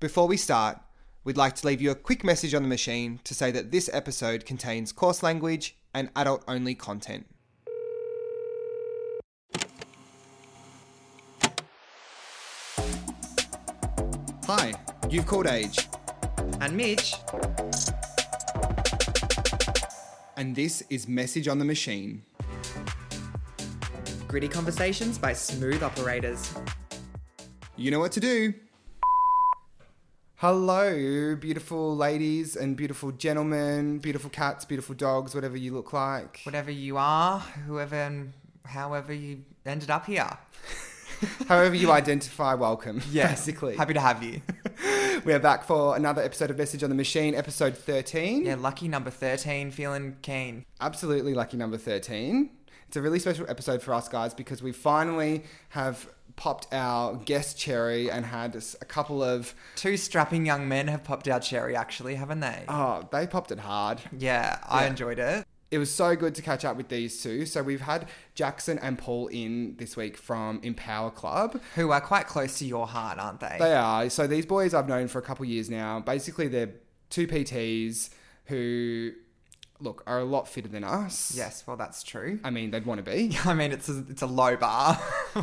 Before we start, we'd like to leave you a quick message on the machine to say that this episode contains coarse language and adult only content. Hi, you've called Age, And Mitch, and this is Message on the Machine. gritty conversations by smooth operators. You know what to do. Hello, beautiful ladies and beautiful gentlemen, beautiful cats, beautiful dogs, whatever you look like. Whatever you are, whoever and however you ended up here. However you identify, welcome. Yeah, Basically. Happy to have you. We're back for another episode of Message on the Machine, episode 13. yeah, lucky number 13, feeling keen. Absolutely lucky number 13. It's a really special episode for us guys because we finally have popped our guest cherry and had s- a couple of. Two strapping young men have popped out cherry, actually, haven't they? Oh, they popped it hard. yeah, I yeah. enjoyed it. It was so good to catch up with these two. So we've had Jackson and Paul in this week from Empower Club. Who are quite close to your heart, aren't they? They are. So these boys I've known for a couple years now. Basically, they're two PTs who, look, are a lot fitter than us. yes, well, that's true. I mean, they'd want to be. I mean, it's a, it's a low bar.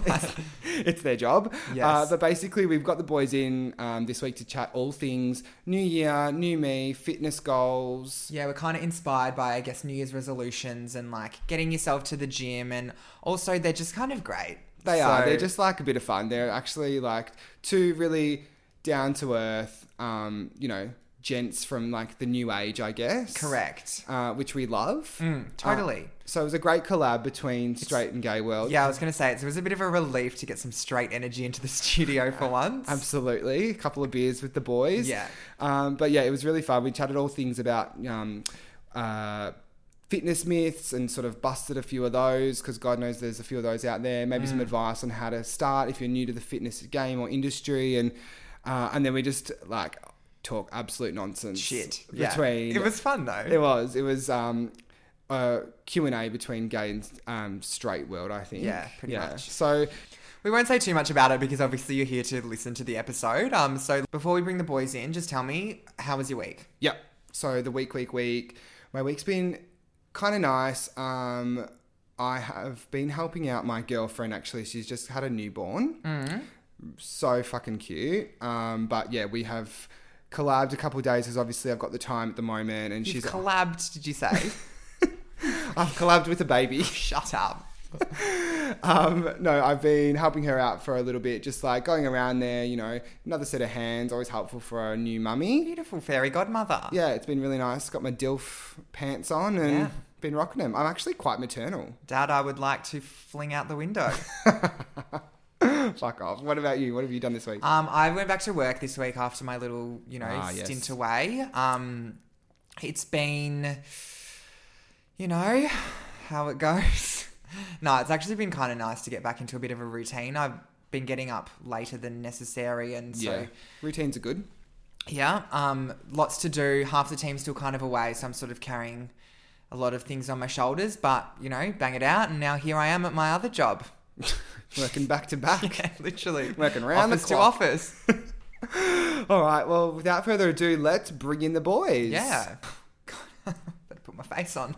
it's their job. Yes. Uh, but basically, we've got the boys in um, this week to chat all things new year, new me, fitness goals. Yeah, we're kind of inspired by, I guess, New Year's resolutions and like getting yourself to the gym. And also, they're just kind of great. They are. So- They're just like a bit of fun. They're actually like two really down to earth, um, you know, gents from like the new age, I guess. correct. Uh, which we love. Mm, totally. Uh, so it was a great collab between straight and gay world. yeah, I was going to say it's- it was a bit of a relief to get some straight energy into the studio for once. Absolutely. A couple of beers with the boys. Yeah. Um, but yeah, it was really fun. We chatted all things about um, uh, fitness myths and sort of busted a few of those because God knows there's a few of those out there. Maybe Mm. some advice on how to start if you're new to the fitness game or industry. And, uh, and then we just like talk absolute nonsense. Shit. Yeah. Between It was fun though. it was. It was um, a Q and A between gay and um, straight world. I think. Yeah, pretty much. So we won't say too much about it because obviously you're here to listen to the episode. Um, so before we bring the boys in, just tell me how was your week? Yep. So the week, week, week. My week's been kind of nice. Um, I have been helping out my girlfriend. Actually, she's just had a newborn. So fucking cute. Um, but yeah, we have collabed a couple of days because obviously I've got the time at the moment, and You've she's collabed, did you say? I've collabed with a baby. Shut up. um, no, I've been helping her out for a little bit, just like going around there. You know, another set of hands, always helpful for a new mummy. Beautiful fairy godmother. yeah, it's been really nice. Got my DILF pants on and Yeah. been rocking them. I'm actually quite maternal. Dad, I would like to fling out the window. Fuck off. What about you? What have you done this week? Um, I went back to work this week after my little, you know, Ah, yes. stint away. Um, it's been, you know, how it goes. no, it's actually been kind of nice to get back into a bit of a routine. I've been getting up later than necessary, and so yeah. Routines are good. yeah, um, lots to do. Half the team's still kind of away, so I'm sort of carrying a lot of things on my shoulders. But you know, bang it out, and now here I am at my other job. Working back to back. Yeah, literally Working round the office clock. to office. All right. Well, without further ado, let's bring in the boys. Yeah. God, better put my face on.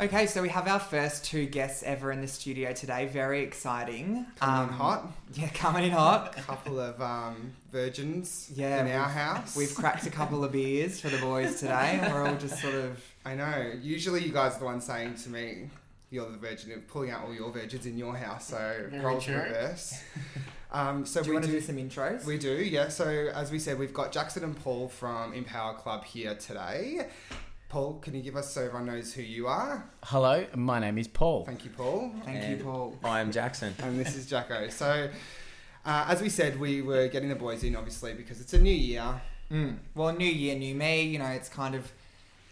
Okay, so we have our first two guests ever in the studio today. Very exciting. Um, Coming in hot. Yeah, coming in hot. Couple of um, virgins Yeah, in our we've- house. We've cracked a couple of beers for the boys today, and we're all just sort of I know. Usually, you guys are the ones saying to me, "You're the virgin," and pulling out all your virgins in your house. So Very roles true. reverse. Um, so Do you we want to do do some intros? We do, yeah. So as we said, we've got Jackson and Paul from Empower Club here today. Paul, can you give us so everyone knows who you are? Hello, my name is Paul. Thank you, Paul. Thank And- you, Paul. I am Jackson. And this is Jacko. So uh, as we said, we were getting the boys in obviously because it's a new year. Mm. Well, new year, new me. You know, it's kind of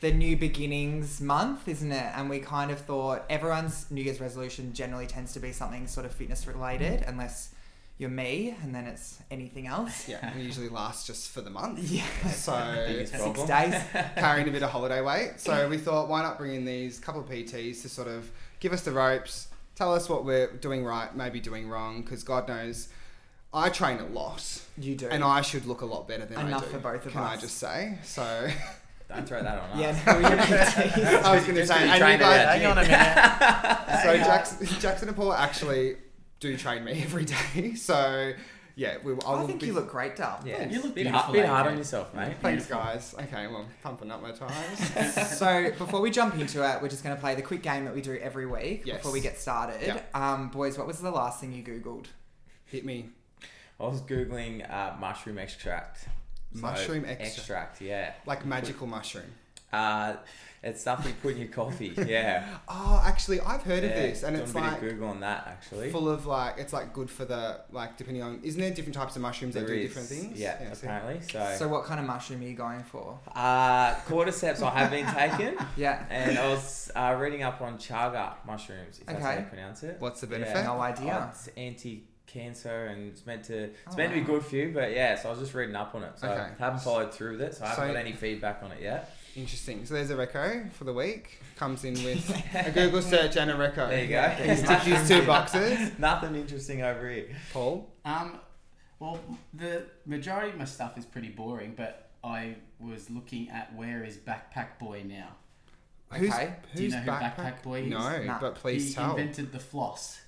the new beginnings month, isn't it? And we kind Mm. of thought everyone's New Year's resolution generally tends to be something sort of fitness related, unless you're me, and then it's anything else. Yeah, and it usually lasts just for the month. Yeah. So Biggest Six problem. days. carrying a bit of holiday weight. So we thought, why not bring in these couple of PTs to sort of give us the ropes, tell us what we're doing right, maybe doing wrong, because God knows I train a lot You do. and I should look a lot better than I Enough do. for both of Can I us. just say? So Don't throw that on us. yeah, no, you're PTs. I was going to Just say, to be and you trained guys, at that Hang on a minute. so Jackson, Jackson and Paul actually do train me every day. So yeah, we, I, I will think be, you look great, Dal. Yeah. Oh, You look bit beautiful, hard, bit mate. hard on yourself, mate. Thanks, guys. Okay, well, I'm pumping up my times. so before we jump into it, we're just going to play the quick game that we do every week Yes. before we get started. Yeah. Um, boys, what was the last thing you googled? Hit me. I was googling uh, mushroom extract. So, Mushroom extract. yeah. Like magical mushroom. Uh, it's stuff we put in your coffee. Yeah. Oh, actually, I've heard yeah. of this, and Doing it's a bit like of Google on that actually. full of like it's like good for the like depending on isn't there different types of mushrooms that There do is, different things? Yeah, so- apparently. So, So what kind of mushroom are you going for? uh, cordyceps I have been taken, Yeah. and I was uh, reading up on chaga mushrooms. If that's how Okay. you pronounce it. What's the Yeah. benefit? No idea. Oh, it's anti-cancer and it's meant to it's Oh, meant to be wow. good for you. But yeah, so I was just reading up on it. So Okay. haven't followed through with it. So I haven't So- got any feedback on it yet. Interesting. So there's a reco for the week. Comes in with a Google search and a reco. There you go. He stick these two boxes. Nothing interesting over here. Paul. Um, well, the majority of my stuff is pretty boring, but I was looking at where is Backpack Boy now? Who's, Okay. who's Do you know who backpack? Backpack Boy is? No, Nah. but please he tell. invented the floss.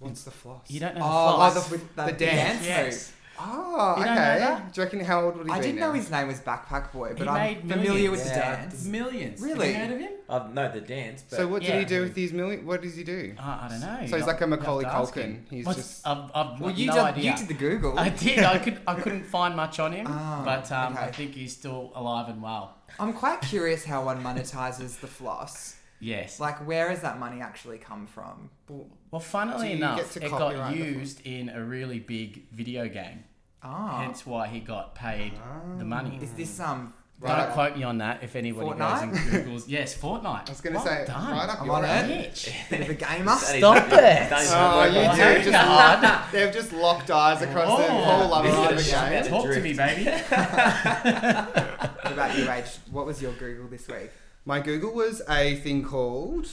What's the floss? You don't know Oh, the like floss? the, with the, The dance dance. move. Yes. Oh, You okay. don't know that? Do you reckon how old would he I be didn't now? know his name was Backpack Boy, but He I'm made familiar with the millions. Yeah. dance. Millions. Really? Have you heard of him? Uh, no, the dance. But So what did Yeah. he do with these million? What does he do? Oh, I don't know. So he's like a You'll have Macaulay to ask him. Culkin. He's What's- just- I've, I've Well, got you, no done, idea. you did the Google. I did. I could. I couldn't find much on him, Ah, but um, okay. I think he's still alive and well. I'm quite curious how one monetizes the floss. Yes. Like, where does that money actually come from? Well, Do funnily you enough, get to it copyright got the film? used in a really big video game. Ah, Hence hmm. why he got paid Ah. the money. is this um? Right. Don't quote me on that. If anybody Fortnite? goes and googles, yes, Fortnite. I was gonna Well say, done. right up I'm your on alley. it. Bitch. Bit of a gamer. That is- Stop that it. is Oh, homework you on two that. have just locked, they've just locked eyes across Oh. their whole love This is of a the shout game. out. Talk to me, baby. What about you, Rach? What was your Google this week? My Google was a thing called,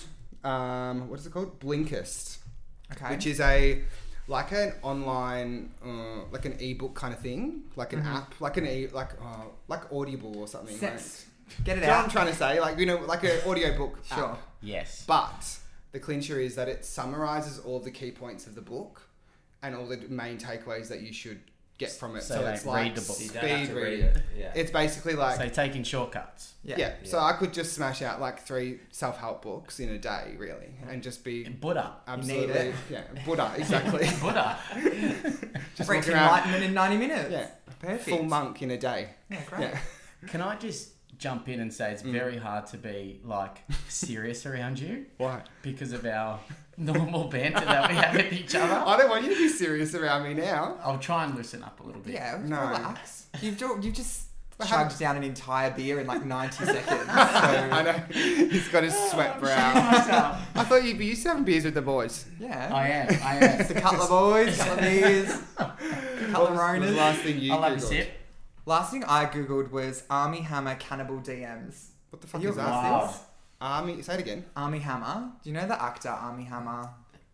um, what is it called? Blinkist, Okay. which is a like an online, uh, like an ebook kind of thing, like an app, like an e, like uh, like Audible or something. Like, Sense. Get Do you it know what I'm out. trying to say? Like you know, like an audiobook Sure. app. Yes. But the clincher is that it summarizes all the key points of the book and all the main takeaways that you should get from it. So, So, like, it's like read the book. You speed don't have to read reading. it. Yeah. It's basically like so taking shortcuts. yeah. Yeah. So Yeah. I could just smash out like three self help books in a day, really, and just be Buddha. absolutely it. yeah Buddha Ah, exactly. Buddha. just Reach walking around enlightenment in 90 minutes. yeah Perfect. full monk in a day. Yeah, great. Yeah. Can I just jump in and say Mm. it's very hard to be like serious around you Why? because of our normal banter that we have with each other? I don't want you to be serious around me now. I'll try and loosen up a little bit. Yeah, No. relax. You've, do, you've just But how- chugged down an entire beer in like 90 seconds. I So, know he's got his sweat brow. Oh, Myself. I thought you'd be used to having beers with the boys. yeah. I am. I am. It's a couple of boys, couple of beers, couple of What was the Ronas. last thing you I'll have a Googled? sip. Last thing I googled was Army Hammer Cannibal DMs. What the fuck You is that? laugh. Wow. Army. Say it again. Army Hammer. Do you know the actor Army Hammer?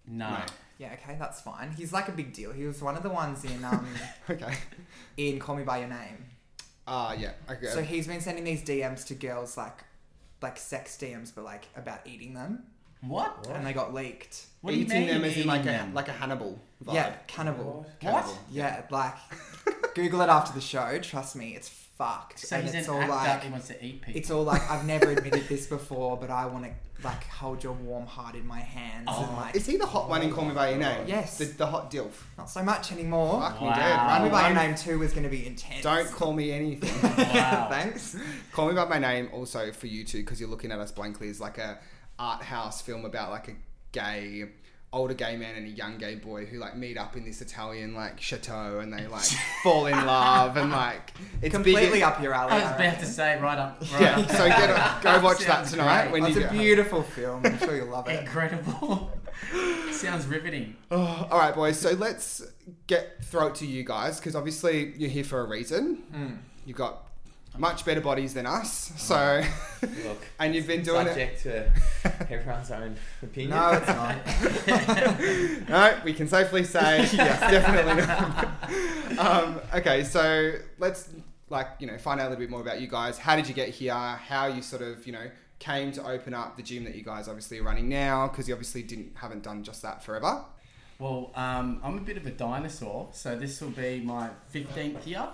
No. No. Yeah, okay, that's fine. He's like a big deal. He was one of the ones in um Okay. in Call Me by Your Name. Ah, yeah. Okay. So he's been sending these DMs to girls like like sex DMs but like about eating them What? and they got leaked. What eating do you mean them as in eating like them? a like a Hannibal vibe. Yeah, cannibal. Cannibal. Yeah, like Google it after the show, trust me, it's fucked. so and he's it's an all actor like who wants to eat people. it's all like I've never admitted this before, but I wanna like hold your warm heart in my hands and Oh. like Is he the hot one in Call Me by Your Name? Yes. The, the hot dilf. not so much anymore. Fuck me Wow. dead. Run Call Me by Your run. Name 2 is going to be intense. Don't call me anything. wow. Thanks. call me by my name. Also for you two, because you're looking at us blankly is like a art house film about like a gay older gay man and a young gay boy who like meet up in this Italian like chateau and they like fall in love and like it's big- completely up your alley. I was I about reckon. to say right up. Right Yeah, up. so get a, go watch that Sounds tonight great. when Oh, you it's get a beautiful film. I'm sure you'll love it. Incredible. Sounds riveting. Oh, all right, boys. So let's get throw it to you guys because obviously you're here for a reason. Hmm. You've got much better bodies than us, so Look, and you've been doing it. subject to everyone's own opinion. No, it's not. No, we can safely say yes, definitely. not. um, okay, so let's like you know find out a little bit more about you guys. How did you get here? How you sort of you know came to open up the gym that you guys obviously are running now because you obviously didn't haven't done just that forever. Well, um, I'm a bit of a dinosaur, so this will be my 15th year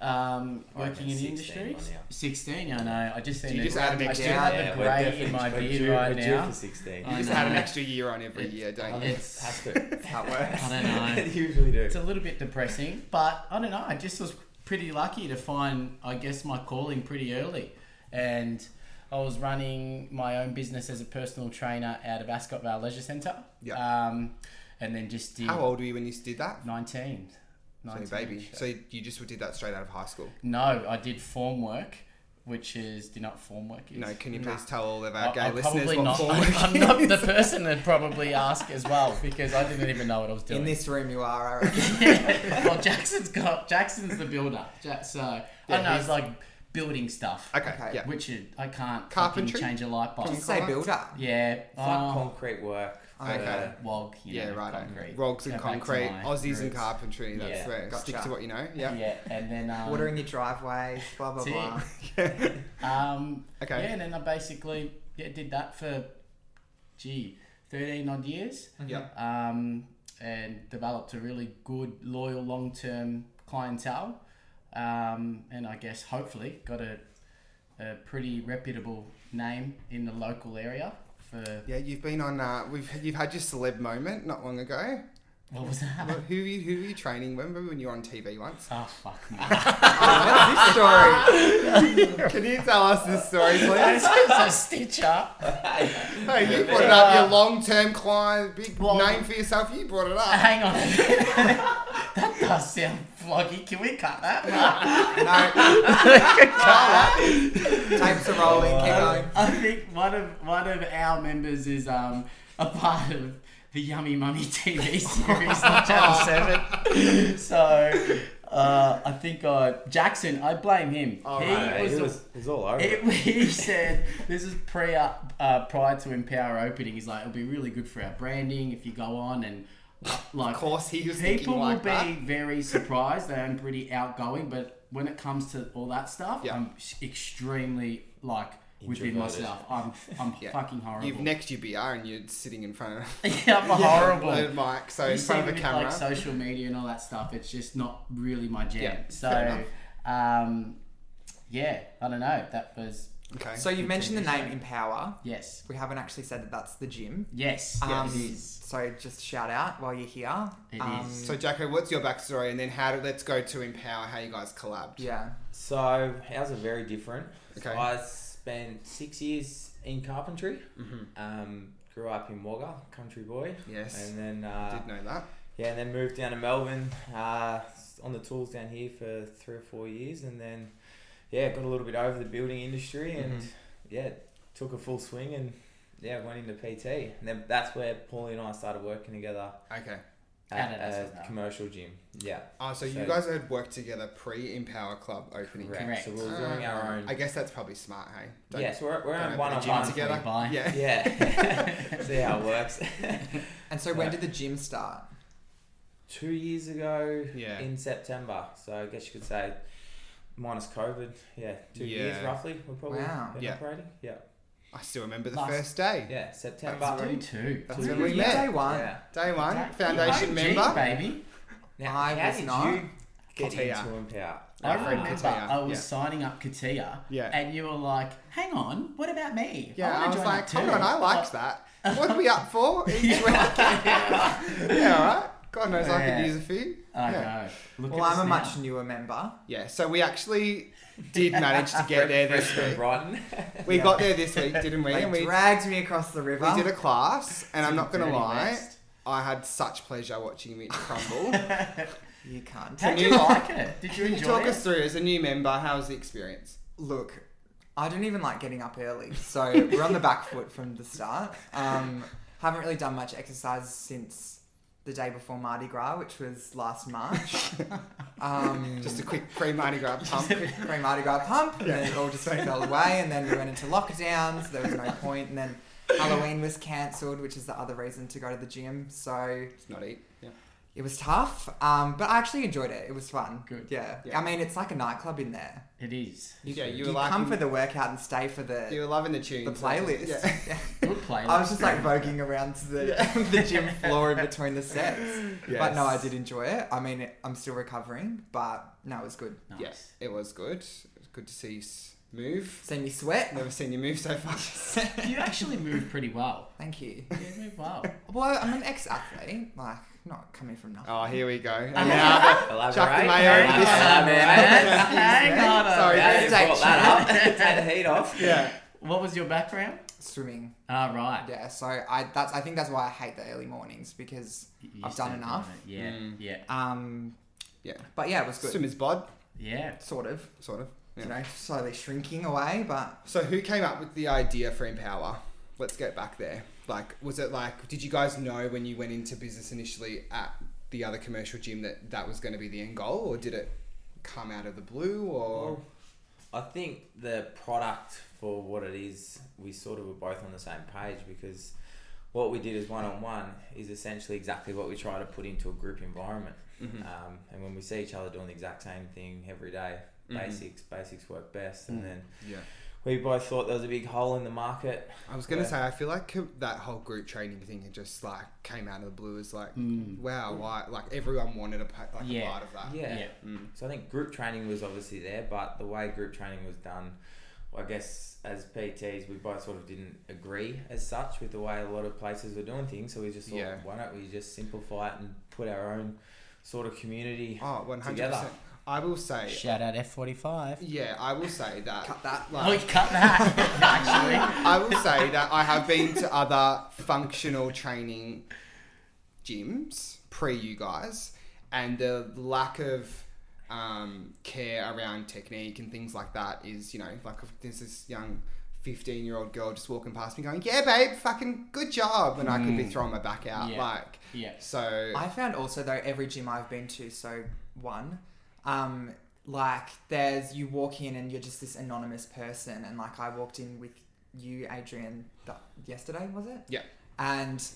um, I reckon working in the 16 industry. by now. 16, I know. I just seen you it. just add them I in? still Yeah, have Yeah, the we're grey definitely- in my we're beard due- right we're due now. for 16. You I just add an know. extra year on every year, don't you? It's- Has to. That's how it works. I don't know. You usually do. It's a little bit depressing, but I don't know. I just was pretty lucky to find, I guess, my calling pretty early. And I was running my own business as a personal trainer out of Ascot Vale Leisure Centre. Yeah. Um, and then just did How old were you when you did that? 19. So 19 baby. actually. So you just did that straight out of high school. No, I did form work, which is do you know what form work is? You know, can you please tell all of I- our gay I'm listeners probably what not. form I'm, work I'm not the person that probably ask as well because I didn't even know what I was doing. In this room, you are. I reckon. well, Jackson's got Jackson's the builder, ja- so I know it's like building stuff, Okay, Okay. yeah. which is, I can't fucking Carpentry? change a light bulb. Just say builder. Yeah, Fuck oh, concrete work. Okay. wog, you Yeah, know, right. concrete. Rogs and Go back to concrete, my Aussies and roots. carpentry. That's Yeah. where stick Gotcha. to what you know. Yeah. Yeah, and then um, Watering your driveways, blah blah That's it. blah. Um, Okay. Yeah, and then I basically yeah, did that for, gee, 13 odd years Yeah. um, and developed a really good, loyal, long term clientele. Um, and I guess hopefully got a, a pretty reputable name in the local area for Yeah, you've been on. Uh, we've you've had your celeb moment not long ago. what was that? Well, who are you, who are you training? Remember when you were on TV once? Oh fuck me! Oh, this story. Can you tell us this story, please? so Stitcher. Hey, you brought it up. Your long-term client, big Well- name for yourself. You brought it up. Hang on, a minute. that does sound vloggy. Can we cut that? No. Tapes are rolling. Keep going. I think one of one of our members is um, a part of the Yummy Mummy TV series on Channel Seven. so uh, I think uh, Jackson, I blame him. he Oh, Right, was. it, the- was, it was all over. it- he said this is pre uh, prior to Empower opening. He's like, it'll be really good for our branding if you go on and uh, like Of course, he was thinking people like will that. be very surprised that I'm pretty outgoing, but when it comes to all that stuff, Yeah. I'm s- extremely like within Introverted. myself. I'm I'm Yeah. fucking horrible. You've necked your BR and you're sitting in front of yeah, I'm the horrible. mic, so You in see front of with, the camera. like social media and all that stuff, it's just not really my jam. Yeah, fair so, enough. um, yeah, I don't know. That was okay. So you mentioned the name Empower. yes, We haven't actually said that that's the gym. yes, Um, yes. It is. So just shout out while you're here. It um, is. So Jacko, what's your backstory, and then how did let's go to empower how you guys collabed? Yeah. So ours are very different. Okay. I spent six years in carpentry. Um, grew up in Wagga, country boy, Mm-hmm. Yes, and then I uh, did know that. yeah, and then moved down to Melbourne. Uh, on the tools down here for three or four years, and then yeah, got a little bit over the building industry, and yeah, took a full swing and. Yeah, went into PT, and then that's where Paulie and I started working together Okay. at At Adidas, wasn't a it? commercial gym. Yeah, Oh, so, you So- guys had worked together pre Empower Club opening. correct. Correct. So we were doing our own. Ah, I guess that's probably smart, hey? Yes, yeah, so we're, we're don't on open one a on gym one. together. Bye. Yeah. Yeah. See how it works. And so when Yeah. did the gym start? Two years ago Yeah. in September. So I guess you could say minus COVID. Yeah. Two years Yeah. roughly. We're probably Wow. been Yeah. operating. Yeah. I still remember the Last- first day. Yeah. September. That's Do too. That's Two when we years. met. Day one. Yeah. Day one, Jack- foundation OG, member. baby. Now, I how was did not. you get Katia. into Empower? I Ah. remember Katia, I was yeah. signing up Katia, Yeah. and you were like, "Hang on, what about me? Yeah, wanna I was join like, up too." hold on, I liked that. What are we up for? Each week. yeah, all right. God knows I Yeah. could use a few. I Yeah. know. Look Well, at I'm us a now. much newer member. Yeah, so we actually did manage to get there this Freshman week. Brighton. We got there this week, didn't we? They And we, dragged me across the river. we did a class, and I'm not going to Dirty lie, West. I had such pleasure watching Mitch crumble. You can't. How did you like it? Did you Can you enjoy talk it? us through as a new member? How was the experience? Look, I don't even like getting up early, so we're on the back foot from the start. Um, haven't really done much exercise since the day before Mardi Gras, which was last March. Um, Just a quick pre Mardi Gras pump. pre Mardi Gras pump, and then it all just fell away, and then we went into lockdowns. There was no point, and then Halloween was cancelled, which is the other reason to go to the gym. So Let's not eat. Yeah. it was tough, um, but I actually enjoyed it. It was fun. Good. Yeah. Yeah. I mean, it's like a nightclub in there. It is. You, Yeah, you you, were come liking- for the workout and stay for the You were loving the tunes. the weren't you? playlist. Yeah. Yeah. Good play. I was just like voguing around to the, the gym floor in between the sets. But no, I Yes. did enjoy it. I mean, it, I'm still recovering, but no, it was good. Nice. Yes, it was good. It was good to see you s- move. Send me sweat. Never seen you move so fast. You actually moved pretty well. Thank you. You moved well. Well, I'm an ex athlete, like, not coming from nothing. Oh, here we go. And now Elaborate. Chuck the mayo in this Elaborate. man. Hang on. a Sorry, Yeah, that's you minute. like- brought that up. Take the heat off. yeah. What was your background? Swimming. Ah, right. Yeah, so I that's I think that's why I hate the early mornings because You- you I've still done enough. it. Yeah, Mm. yeah, um Yeah. But yeah, it was good. Swimmer's bod, yeah. Sort of. sort of. Yeah. You know, slowly shrinking away, but So who came up with the idea for Empower? Let's get back there. Like, was it like, did you guys know when you went into business initially at the other commercial gym that that was going to be the end goal, or did it come out of the blue, or Well, I think the product for what it is, we sort of were both on the same page because what we did as one on one is essentially exactly what we try to put into a group environment. Um, and when we see each other doing the exact same thing every day, Mhm. basics, basics work best. And then yeah? we both thought there was a big hole in the market. I was gonna Yeah. say, I feel like that whole group training thing it just like came out of the blue. Is like, Mm. wow, why? Like everyone wanted a pa- like a Yeah. part of that. Yeah. Yeah. Mm. So I think group training was obviously there, but the way group training was done, I guess as PTs, we both sort of didn't agree as such with the way a lot of places were doing things. So we just thought, Yeah. why don't we just simplify it and put our own sort of community? Oh, one hundred Together. percent. I will say, Shout out F45. yeah, I will say that. cut that. Oh, you Like, cut that, actually. I will say that I have been to other functional training gyms pre you guys, and the lack of um, care around technique and things like that is, you know, like if there's this young 15 year old girl just walking past me going, Yeah, babe, fucking good job. And I could be throwing my back out. Hmm. Yeah. Like, Yeah. so. I found also though every gym I've been to, so one, um, like there's you walk in and you're just this anonymous person, and like I walked in with you, Adrian, th- yesterday was it? Yeah. And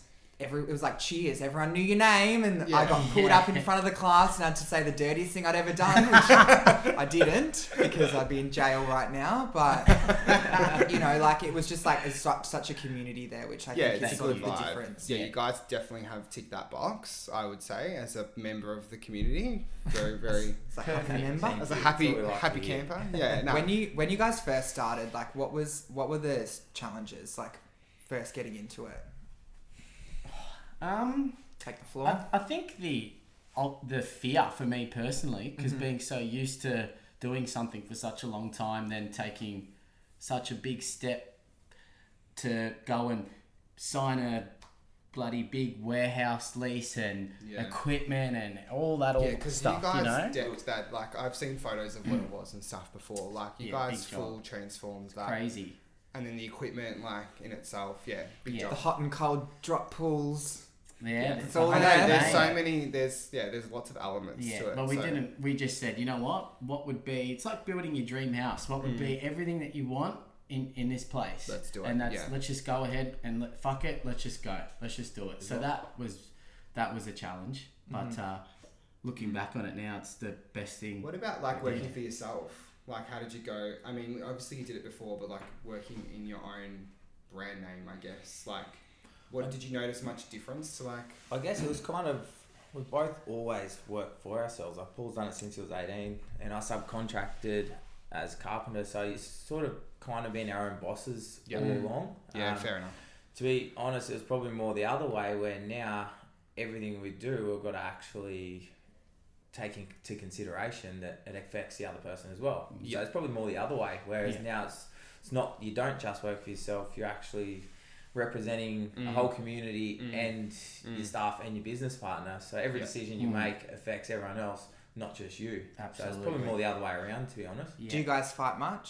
every it was like cheers, everyone knew your name, and I Yeah. got pulled Yeah. up in front of the class and I had to say the dirtiest thing I'd ever done, which I didn't because I'd be in jail right now. But you know, like it was just like it's such such a community there, which I yeah, think it's a is sort good of the vibe. difference. Yeah, Yeah. you guys definitely have ticked that box, I would say, as a member of the community. Very, very. It's like I Perfect. remember. as a That's happy, what we like happy to hear. camper. Yeah, no. When you when you guys first started, like what was what were the s- challenges like first getting into it? Um, Take the floor. I, I think the of the fear for me personally, because being so used to doing something for such a long time, then taking such a big step to go and sign a bloody big warehouse lease and Yeah. equipment and all that all yeah, because you stuff, you, guys know. Mm. decked that. Like I've seen photos of what it was and stuff before. Like you Yeah, guys big job. full transformed that, Crazy. and then the equipment, like in itself, yeah, big Yeah. the job. hot and cold drop pools. Yeah, it's there's all a I whole know there, there's thing. eh? so many. There's yeah, there's lots of elements Yeah, to it. but we so- didn't. We just said, you know what? What would be? It's like building your dream house. What would be everything that you want in in this place? Let's do it, And that's yeah. let's just go ahead and let, fuck it. Let's just go. Let's just do it. So that was that was a challenge. But uh, looking back on it now, it's the best thing. What about like working for yourself? Like how did you go? I mean, obviously you did it before, but like working in your own brand name, I guess. Like, Uh, what did you notice much difference to like? I guess it was kind of we both always worked for ourselves. Like Paul's done it since he was eighteen, and I subcontracted as carpenter. So it's sort of kind of been our own bosses Yeah. all Mm. along. Um, enough. to be honest, it was probably more the other way where now everything we do, we've got to actually take into consideration that it affects the other person as well. Yeah. So it's probably more the other way. Whereas Yeah. now it's it's not you don't just work for yourself. You're actually representing a Mm. whole community Mm. and your Mm. staff and your business partner. So every Yeah. decision you Mm. make affects everyone else, not just you. So it's Absolutely. probably more the other way around, to be honest. Yeah. Do you guys fight much?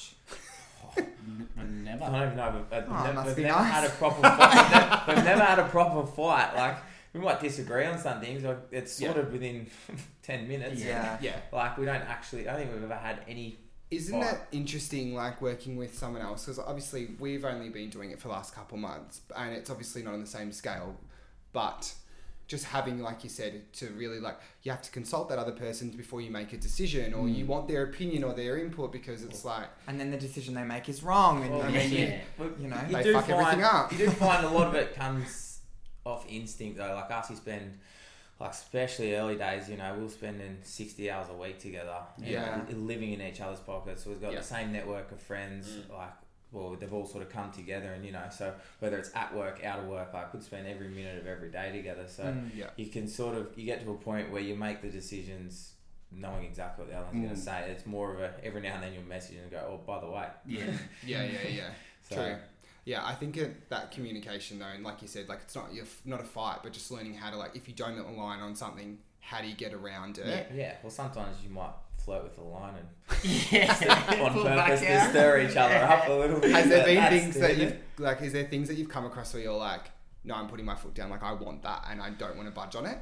N- never. I don't even know. But, but Oh, ne- must we've be never nice. had a proper fight. we've never had a proper fight. Like we might disagree on some things. Like it's sort Yeah. of within ten minutes. Yeah. Yeah. Like we don't actually. I don't think we've ever had any. Isn't Right. that interesting, like working with someone else? Because obviously we've only been doing it for the last couple months and it's obviously not on the same scale, but just having, like you said, to really like, you have to consult that other person before you make a decision or Mm. you want their opinion or their input because it's like, And then the decision they make is wrong. And Well, I yeah, mean, yeah. you know. They fuck everything up. You do find a lot of it comes off instinct though. Like us, we spend. Like especially early days, you know, we will spending sixty hours a week together, and Yeah. li- living in each other's pockets. So we've got Yeah. the same network of friends. Like, well, they've all sort of come together, and you know, so whether it's at work, out of work, like we'd spend every minute of every day together. So Mm. yeah. you can sort of you get to a point where you make the decisions knowing exactly what the other one's going Mm. to say. It's more of a every now and then you'll message and go, oh, by the way. Yeah. Yeah, yeah, yeah. So, True. Yeah, I think it, that communication though, and like you said, like it's not you're f- not a fight, but just learning how to like if you don't align on something, how do you get around it? Yeah. yeah. Well, sometimes you might flirt with the line and yeah. on Pull back purpose to out. stir each other up a little bit. Has there but been that's things the- that you've like? Is there things that you've come across where you're like, no, I'm putting my foot down. Like I want that, and I don't want to budge on it.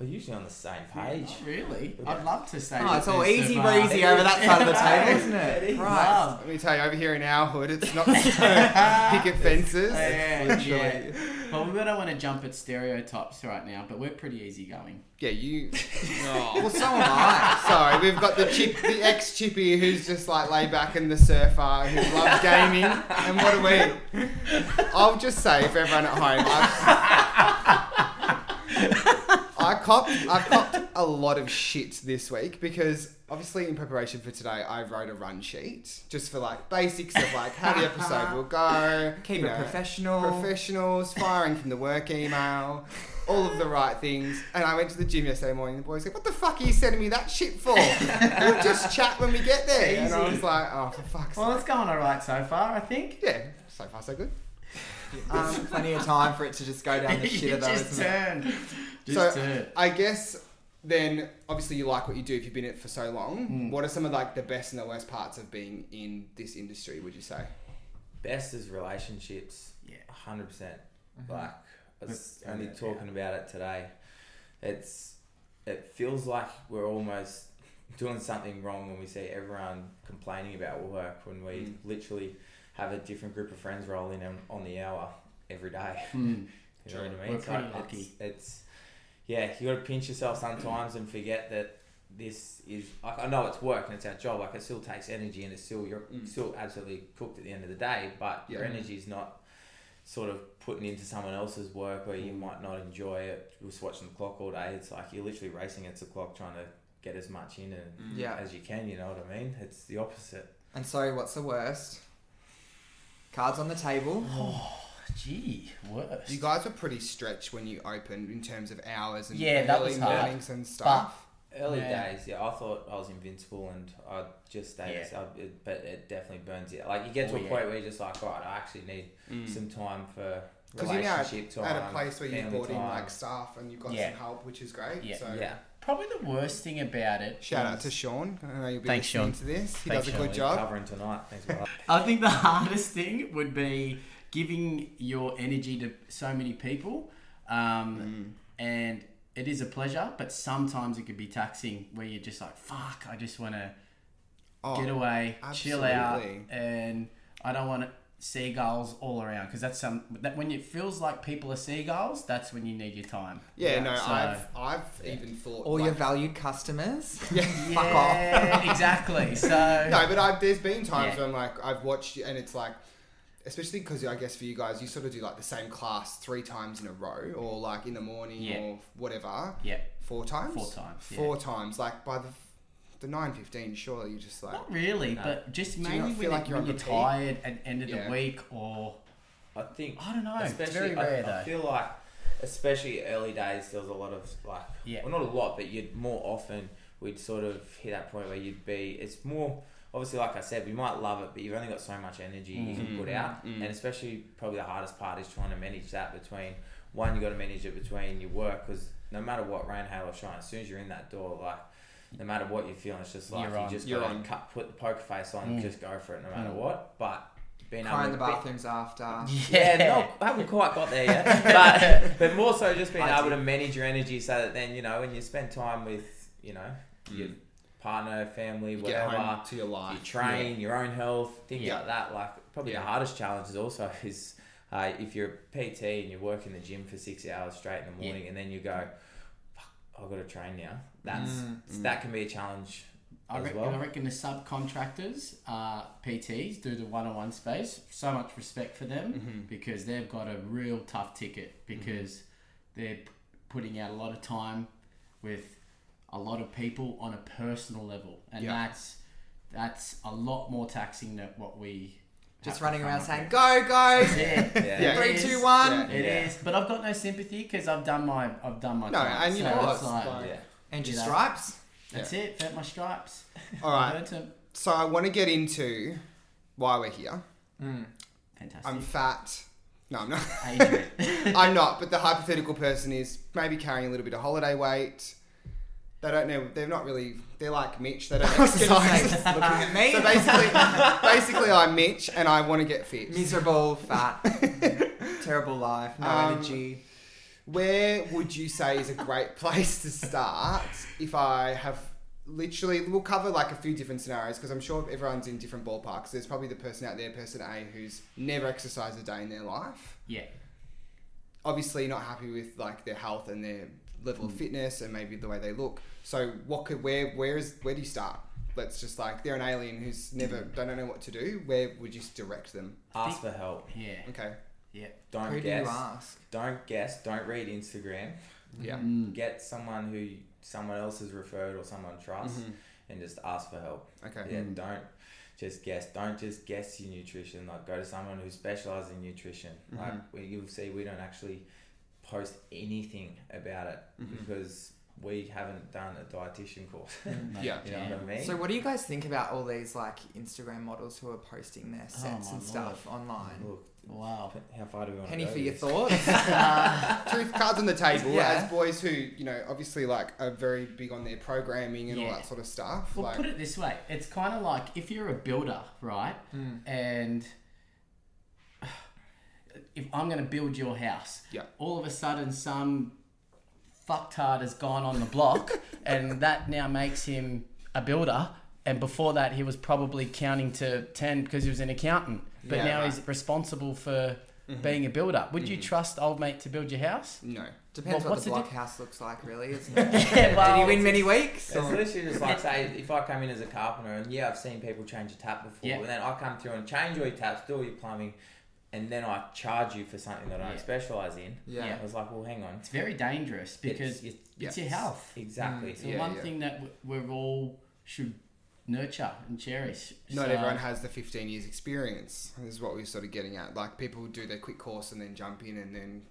We're usually on the same Yeah, page. not really? Yeah. I'd love to say. Oh, that it's all there's easy some, breezy over that side of the table, isn't It it? is. Right. love. Let me tell you, over here in our hood, it's not picket fences. Yeah, literally. yeah. But we don't want to jump at stereotypes right now. But we're pretty easygoing. Yeah, you. oh. Well, so am I. Sorry, we've got the chip, the ex chippy who's just like laid back and the surfer who loves gaming. And what do we? I'll just say for everyone at home, I've, I copped, I copped a lot of shit this week because obviously in preparation for today, I wrote a run sheet just for like basics of like how the episode will go. Keep you it know, professional. professionals, firing from the work email, all of the right things. And I went to the gym yesterday morning. And the boys said, "What the fuck are you sending me that shit for? we'll just chat when we get there." And I Easy. was like, "Oh, for fuck's Well, it's sake!" going all right so far, I think. Yeah, so far so good. um, plenty of time for it to just go down the You shitter though, just isn't it? turn. Just So- turn. I guess then, obviously, you like what you do if you've been in it for so long. Mm. What are some of like the best and the worst parts of being in this industry? Would you say? Best is relationships. Yeah. hundred percent. Mm-hmm. Mm-hmm. Like I was That's- only yeah. talking about it today. It's it feels like we're almost doing something wrong when we see everyone complaining about work when we Mm. literally have a different group of friends roll in on, on the hour every day. Mm. You know We're what I mean? pretty it's- lucky. It's, yeah, you got to pinch yourself sometimes and forget that this is. Like, I know it's work and it's our job. Like it still takes energy and it's still you're Mm. still absolutely cooked at the end of the day. But your Yeah. energy is not sort of putting into someone else's work where you might not enjoy it. Just watching the clock all day. It's like you're literally racing against the clock trying to get as much in and Mm. Yeah. as you can. You know what I mean? It's the opposite. And so, what's the worst? Cards on the table. Gee, worse. You guys were pretty stretched when you opened in terms of hours and Yeah, that was hard. mornings and stuff. Early Yeah. days, yeah, I thought I was invincible and I just stayed. Yeah. I, it, but it definitely burns you. Like you get to Oh, a yeah. point where you're just like, right, I actually need Mm. some time for 'Cause you're now relationship time. At a place where you've family brought in time. like staff and you've got Yeah. some help, which is great. Yeah. So yeah, Probably the worst thing about it. Shout out is- to Sean. I know you'll be Thanks, listening to this. He Thanks, does a Well, good you're job. Covering tonight, thanks for that. I think the hardest thing would be giving your energy to so many people. Um, Hmm. And it is a pleasure, but sometimes it could be taxing where you're just like, fuck, I just want to Oh, get away, chill out, absolutely. and I don't want seagulls all around because that's some that when it feels like people are seagulls, that's when you need your time. yeah, no, so- I've I've even thought All your like, valued customers. yeah. Fuck off. Yeah, exactly. So no, but I've, there's been times Yeah. when like I've watched you and it's like, especially because I guess for you guys, you sort of do like the same class three times in a row, or like in the morning Yeah. or whatever. yeah, Four times. Four times, yeah. Four times. Like by the the nine fifteen, surely you're just like. not really, No. but just you mainly not when, feel it- like you're when on you're repeat? tired at the end of Yeah. the week or I think I don't know. it's very especially rare I, I though. feel like especially early days there was a lot of like Yeah. well not a lot but you'd more often we'd sort of hit that point where you'd be it's more obviously, like I said, we might love it, but you've only got so much energy you can put Mhm. out, Mm. and especially probably the hardest part is trying to manage that between one, you got to manage it between your work because no matter what, rain, hail, or shine, as soon as you're in that door, like. No matter what you're feeling, it's just like You're you on. just You're gotta on. cut, put the poker face on, and Mm. just go for it no matter Mm. what. But being Cry able in the to be- bathrooms after. yeah, no, I haven't quite got there yet. But but more so just being I able do. to manage your energy so that then, you know, when you spend time with, you know, your Mm. partner, family, You get home whatever, to your life. you train, your own health, things Yeah. like that. Like probably Yeah. the hardest challenge is also is uh, if you're a PT and you work in the gym for six hours straight in the Yeah. morning and then you go, Fuck, I've got to train now. That's Mm, mm. that can be a challenge. I as reckon, well. I reckon the subcontractors, uh, PTs, do the one on one space. So much respect for them Mm-hmm. because they've got a real tough ticket because Mm-hmm. they're p- putting out a lot of time with a lot of people on a personal level. And Yeah. that's that's a lot more taxing than what we have Just to running come around up saying, with. go, go, Yeah. Yeah. three, It two, is. one. Yeah. It Yeah. is, but I've got no sympathy because I've done my I've done my No, time. and you know it's what's like, fine. Yeah. And your Yeah. stripes. that's it. Fed my stripes. All I right. burnt 'em. So I want to get into why we're here. Mm. I'm Fantastic. fat. No, I'm not. Adrian. I'm not. But the hypothetical person is maybe carrying a little bit of holiday weight. They don't know. They're not really. They're like Mitch. They don't Just like, exercise. looking at me. so basically, basically, I'm Mitch, and I want to get fit. miserable, fat, terrible life, no Um, energy. Where would you say is a great place to start if I have literally, we'll cover like a few different scenarios because I'm sure everyone's in different ballparks. There's probably the person out there, person A, who's never exercised a day in their life. yeah. Obviously, not happy with like their health and their level of fitness and maybe the way they look. So, what could where where is where do you start? Let's just like they're an alien who's never don't know what to do. Where would you direct them? Ask for help. Yeah. Okay, Yeah. Don't Who do you guess. ask? Don't guess. Don't read Instagram. yeah, Mm. get someone who someone else has referred or someone trusts Mm-hmm. Mhm. and just ask for help. okay, Yeah, Mm. don't just guess. Don't just guess your nutrition. Like go to someone who specializes in nutrition. Mm-hmm. Like we, you'll see, we don't actually post anything about it Mm-hmm. because we haven't done a dietitian course. Yeah. you know what I mean? So, what do you guys think about all these like Instagram models who are posting their Oh, sets my and stuff online? Look, Wow. how far do we want Penny to go? for with your this? thoughts. truth cards on the table Yeah. as boys who you know obviously like are very big on their programming and all Yeah. that sort of stuff Well, like put it this way: it's kind of like if you're a builder, right? Mm. And if I'm going to build your house, Yeah. all of a sudden some fucktard has gone on the block, and that now makes him a builder. And before that, he was probably counting to ten because he was an accountant. But Yeah, Mm-hmm. now right. he's responsible for being a builder. Would you trust old mate to build your house? no Depends Well, what what's the the block diff- house looks like, really, isn't it? Did well, you win many weeks? It's or- literally just like say if I come in as a carpenter and yeah I've seen people change a tap before Yeah. and then I come through and change all your taps, do all your plumbing, and then I charge you for something that I Yeah. don't specialise in. Yeah. I was like, well, hang on, It's very dangerous because it's, it's Yeah. your health. exactly. It's the Yeah, one yeah. thing that w- we're all should nurture and cherish. not So- everyone has the 15 years experience is what we're sort of getting at like people do their quick course and then jump in and then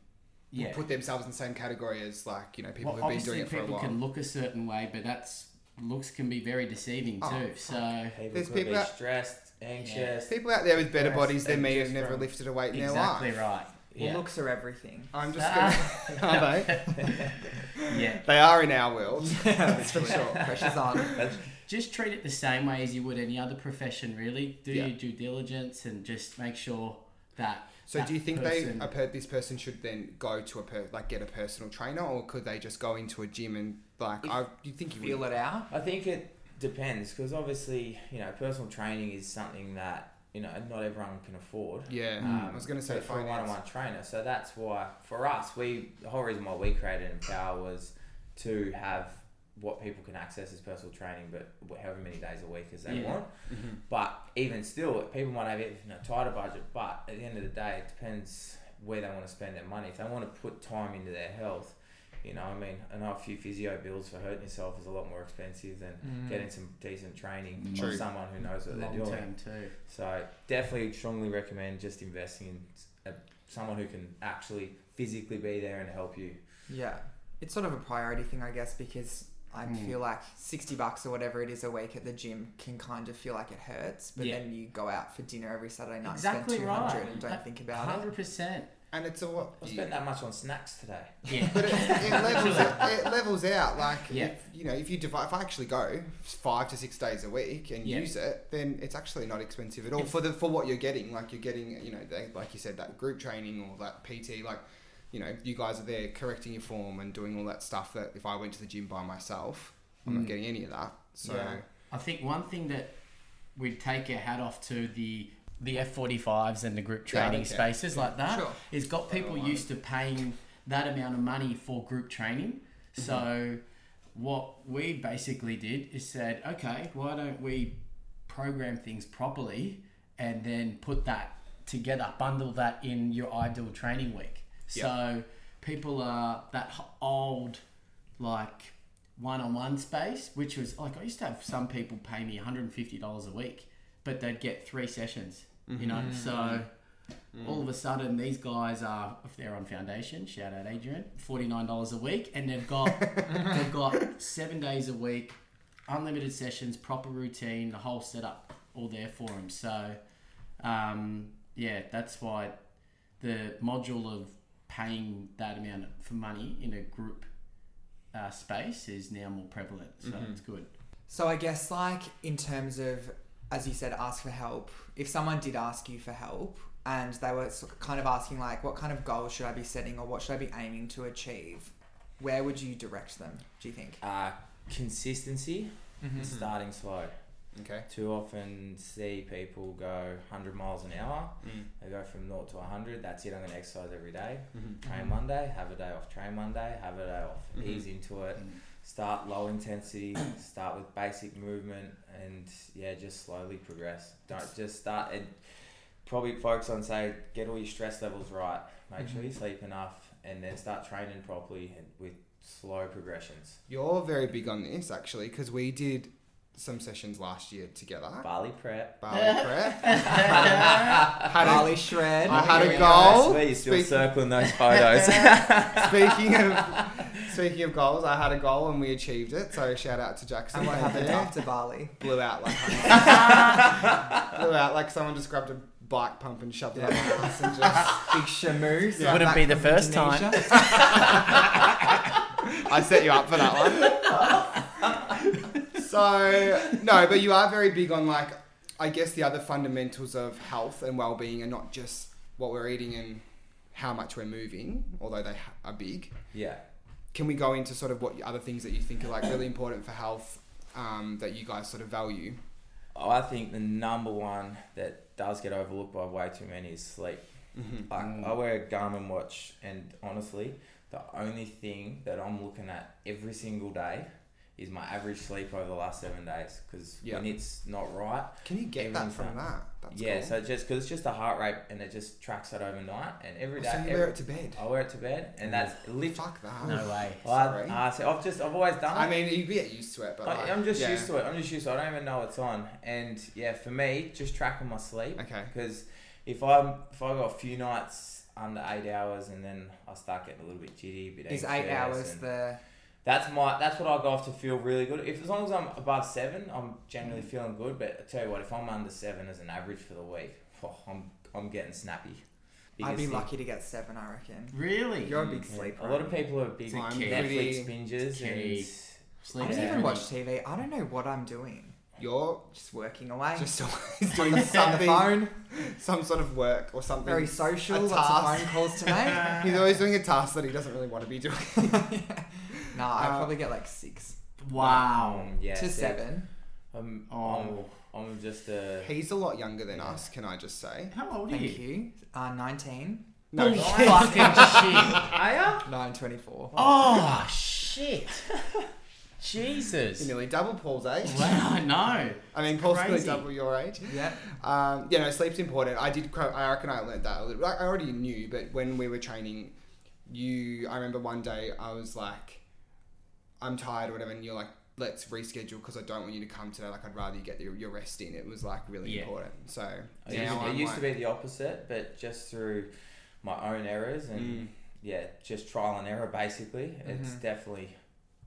Yeah. put themselves in the same category as like you know people who've well, been obviously, doing it for a people while can look a certain way, but that's looks can be very deceiving Oh, too. So People There's could people be that- stressed, anxious. people out there with better Yes, bodies than and me just have never from- lifted a weight in their exactly life right. Well, Yeah. looks are everything. i'm just gonna are they? Yeah, they are in our world That's for sure. Pressure's on. just treat it the same way as you would any other profession. Really, do Yeah. your due diligence and just make sure that. so that do you think person- they a per- this person should then go to a per- like get a personal trainer or could they just go into a gym and like If i you think you would Feel it out. I think it depends because obviously you know personal training is something that you know not everyone can afford. Yeah, Um, I was going to say for a finance. one-on-one trainer. So that's why for us, we the whole reason why we created Empower was to have what people can access as personal training, but wh- however many days a week as they Yeah. want. Mm-hmm. But even still, people might have even a tighter budget. But at the end of the day, it depends where they want to spend their money. If they want to put time into their health. You know, I mean, I know a few physio bills for hurting yourself is a lot more expensive than getting some decent training from Mm. True. someone who knows what they're long doing. term too. So definitely strongly recommend just investing in s- a, someone who can actually physically be there and help you. Yeah. It's sort of a priority thing, I guess, because I Hmm. Mm. feel like 60 bucks or whatever it is a week at the gym can kind of feel like it hurts, but Yeah. then you go out for dinner every Saturday night, Exactly spend 200 right. and don't That- think about it. Hundred percent. And it's a what? I spent that much on snacks today. Yeah. But it, it levels out, it levels out. Like Yeah. if, you know, if you divide, if I actually go five to six days a week and Yeah. use it, then it's actually not expensive at all If- for the for what you're getting. Like you're getting, you know, they, like you said, that group training or that PT. Like you know, you guys are there correcting your form and doing all that stuff. That if I went to the gym by myself, I'm Mm. not getting any of that. So Yeah. I think one thing that we'd take our hat off to the the F45s and the group Yeah, I training don't care. spaces like that Sure. is got people Online. used to paying that amount of money for group training. Mm-hmm. So what we basically did is said, okay, why don't we program things properly and then put that together, bundle that in your ideal training week. Yeah. So people are that h- old like one-on-one space, which was like I used to have some people pay me $150 a week, but they'd get three sessions, you know. So all of a sudden, these guys are if they're on foundation, shout out Adrian, $49 a week, and they've got they've got seven days a week, unlimited sessions, proper routine, the whole setup, all there for them. So um, yeah, that's why the module of paying that amount for money in a group uh, space is now more prevalent. So it's good. So I guess like in terms of, as you said, ask for help. If someone did ask you for help and they were sort of kind of asking like, what kind of goals should I be setting or what should I be aiming to achieve? Where would you direct them? Do you think? Uh, consistency, and Mm-hmm. starting slow. okay. Too often see people go 100 miles an hour. Mm. They go from 0 to 100. That's it. I'm going to exercise every day. Mm-hmm. Train Monday, have a day off. Train Monday, have a day off. Mhm. Ease into it. Mm. Start low intensity. start with basic movement, and yeah, just slowly progress. Don't just start and probably focus on say get all your stress levels right. Make sure you sleep enough, and then start training properly and with slow progressions. You're very big on this actually because we did some sessions last year together. Barley prep. Barley prep. Had a- Harley shred. I had Here a we goal. are. I swear you're still Speak- circling those photos. Speaking of speaking of goals, I had a goal and we achieved it. So shout out to Jackson. And what Thank happened you. after Bali? Blew out like blew out like someone just grabbed a bike pump and shoved it up my ass and just. Big shamoos. Yeah. Wouldn't back be the from first time. Indonesia. I set you up for that one. so no, but you are very big on like I guess the other fundamentals of health and well-being are not just what we're eating and how much we're moving, although they ha- are big. yeah. can we go into sort of what other things that you think are like really important for health um, that you guys sort of value? I think the number one that does get overlooked by way too many is sleep. Mm-hmm. Like, Mm. I wear a Garmin watch, and honestly, the only thing that I'm looking at every single day is my average sleep over the last seven days. Because Yeah. when it's not right, Can you get that Everything's from done. that? That's yeah. cool. So just because it's just a heart rate, and it just tracks that overnight, and every Oh, day, so you every- Oh, wear it to bed. Mm. I wear it to bed, and that's literally. Fuck um, that. No way. sorry. I, I, have just I've always done. it. I mean, you get used to it, but I, like, I'm just yeah. used to it. I'm just used to it. I don't even know it's on. And yeah, for me, just tracking my sleep. Okay. Because if I'm if I got a few nights under eight hours and then I start getting a little bit jitty, a bit Is anxious eight hours and- the that's my that's what I go off to feel really good. If as long as I'm above seven, I'm Mm. generally feeling good. But I tell you what, if I'm under seven as an average for the week, oh, I'm I'm getting snappy. I'd Biggest be thing. lucky to get seven, I reckon. Really? You're a big Yeah. sleeper. A lot aren't of you? people are big So I'm pretty- Netflix binges Okay. and I Sleep don't Yeah. even watch TV. I don't know what I'm doing. You're Just working away. just always on doing the something, phone. some sort of work or something. Very A social. Lots of task. phone calls today. He's always doing a task that he doesn't really want to be doing. No, I Uh, probably get like six Wow. um, yeah, Oh, to so seven. I'm, Oh. I'm I'm just a He's a lot younger than us, can I just say? How old are Thank you? you. Uh, 19. No, Oh, not- fucking shit. Aya? No, 24. Oh shit. Jesus. You're nearly double Paul's age. Wow, I know. I mean, Paul's nearly Crazy. double your age. Yeah. Um, you know, sleep's important. I did. cro- I reckon I learned that. A little, I already knew, but when we were training, you. I remember one day I was like, "I'm tired" or whatever, and you're like, "Let's reschedule because I don't want you to come today. Like, I'd rather you get your, your rest in." It was like really Yeah. important. So It used, now it I'm used like- to be the opposite, but just through Mm. my own errors and yeah, just trial and error basically. It's Mm-hmm. Mhm. definitely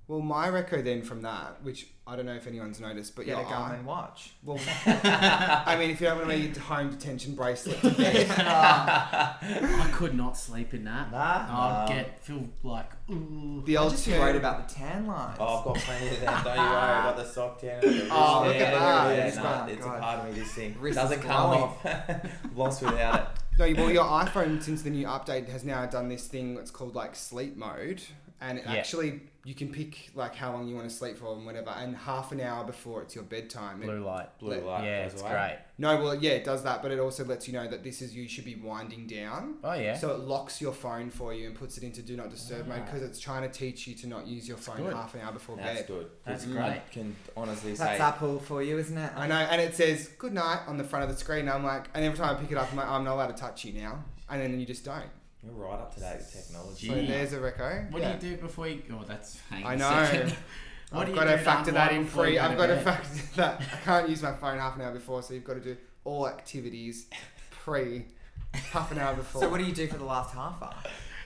Well, my reco then from that, which I don't know if anyone's noticed, but Get yeah, a Garmin watch. Well, I mean, if you don't want to make it home detention bracelet, to bed, I could not sleep in that. Nah, I'd nah. Um, get feel like ooh. the I'm old just worried about the tan lines. Oh, I've got plenty of them. Don't you worry. I got the sock down. Oh, Oh, look at that. Yeah, He's nah, got- it's God. a part of me. This thing Wrist doesn't is come glowing. off. Lost without it. No, well, your iPhone since the new update has now done this thing that's called like sleep mode, and it Yeah. actually you can pick like how long you want to sleep for and whatever, and half an hour before it's your bedtime. It- Blue light. Blue Let- light. yeah, goes it's away. great. no, well, yeah, it does that, but it also lets you know that this is you should be winding down. Oh yeah. So it locks your phone for you and puts it into do not disturb mode because it's trying to teach you to not use your phone good. half an hour before That's bed. good. That's Mm. great. I can honestly That's say Apple for you, isn't it? I know, and it says good night on the front of the screen. I'm like, and every time I pick it up, I'm like, I'm not allowed to touch you now, and then you just don't. you're right up to date with technology. So Gee. there's a reco. What Yeah. do you do before you? Oh, that's. hang I on a know. second. What do I've you got do to to factor that unwind in before free. you go I've to got to bed? factor that. I can't use my phone half an hour before, so you've got to do all activities pre half an hour before. So what do you do for the last half hour?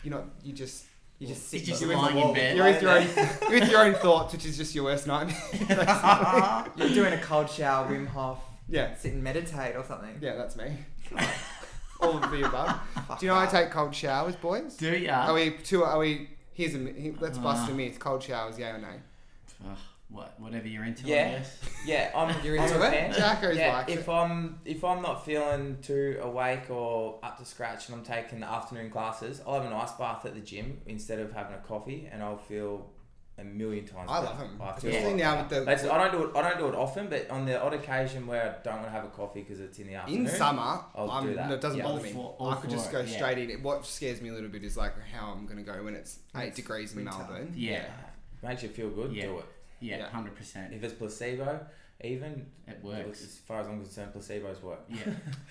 you know? You just You just You sit. just You're there. in the lying wall. in bed. you're with your own you're with your own thoughts, which is just your worst nightmare. You're doing a cold shower, Wim Hof, yeah, sit and meditate or something. yeah, that's me. all of the above. Do you know I take cold showers, boys? Do Are ya? we two? Are we? Here's a mi- let's bust a Ah. myth. Cold showers, yeah or no? Ugh, what? Whatever you're into. I Yeah. guess. Yeah, I'm. You're I'm into a it? fan. Jacko's yeah, likes if it. I'm if I'm not feeling too awake or up to scratch and I'm taking the afternoon classes, I'll have an ice bath at the gym instead of having a coffee, and I'll feel a million times. I better. love them, I feel especially like- now with the That's, I don't do it. I don't do it often, but on the odd occasion where I don't want to have a coffee because it's in the afternoon. In summer, I'll I'm, do that. no, it doesn't Yeah. bother All me. for- all I could for just it, go yeah. straight in. It. What scares me a little bit is like how I'm going to go when it's eight It's degrees in winter. Melbourne. Yeah. makes you feel good. Yeah. Do it. Yeah. Yeah. Hundred percent. If it's placebo, even It as works. far as I'm concerned, placebos work. Yeah.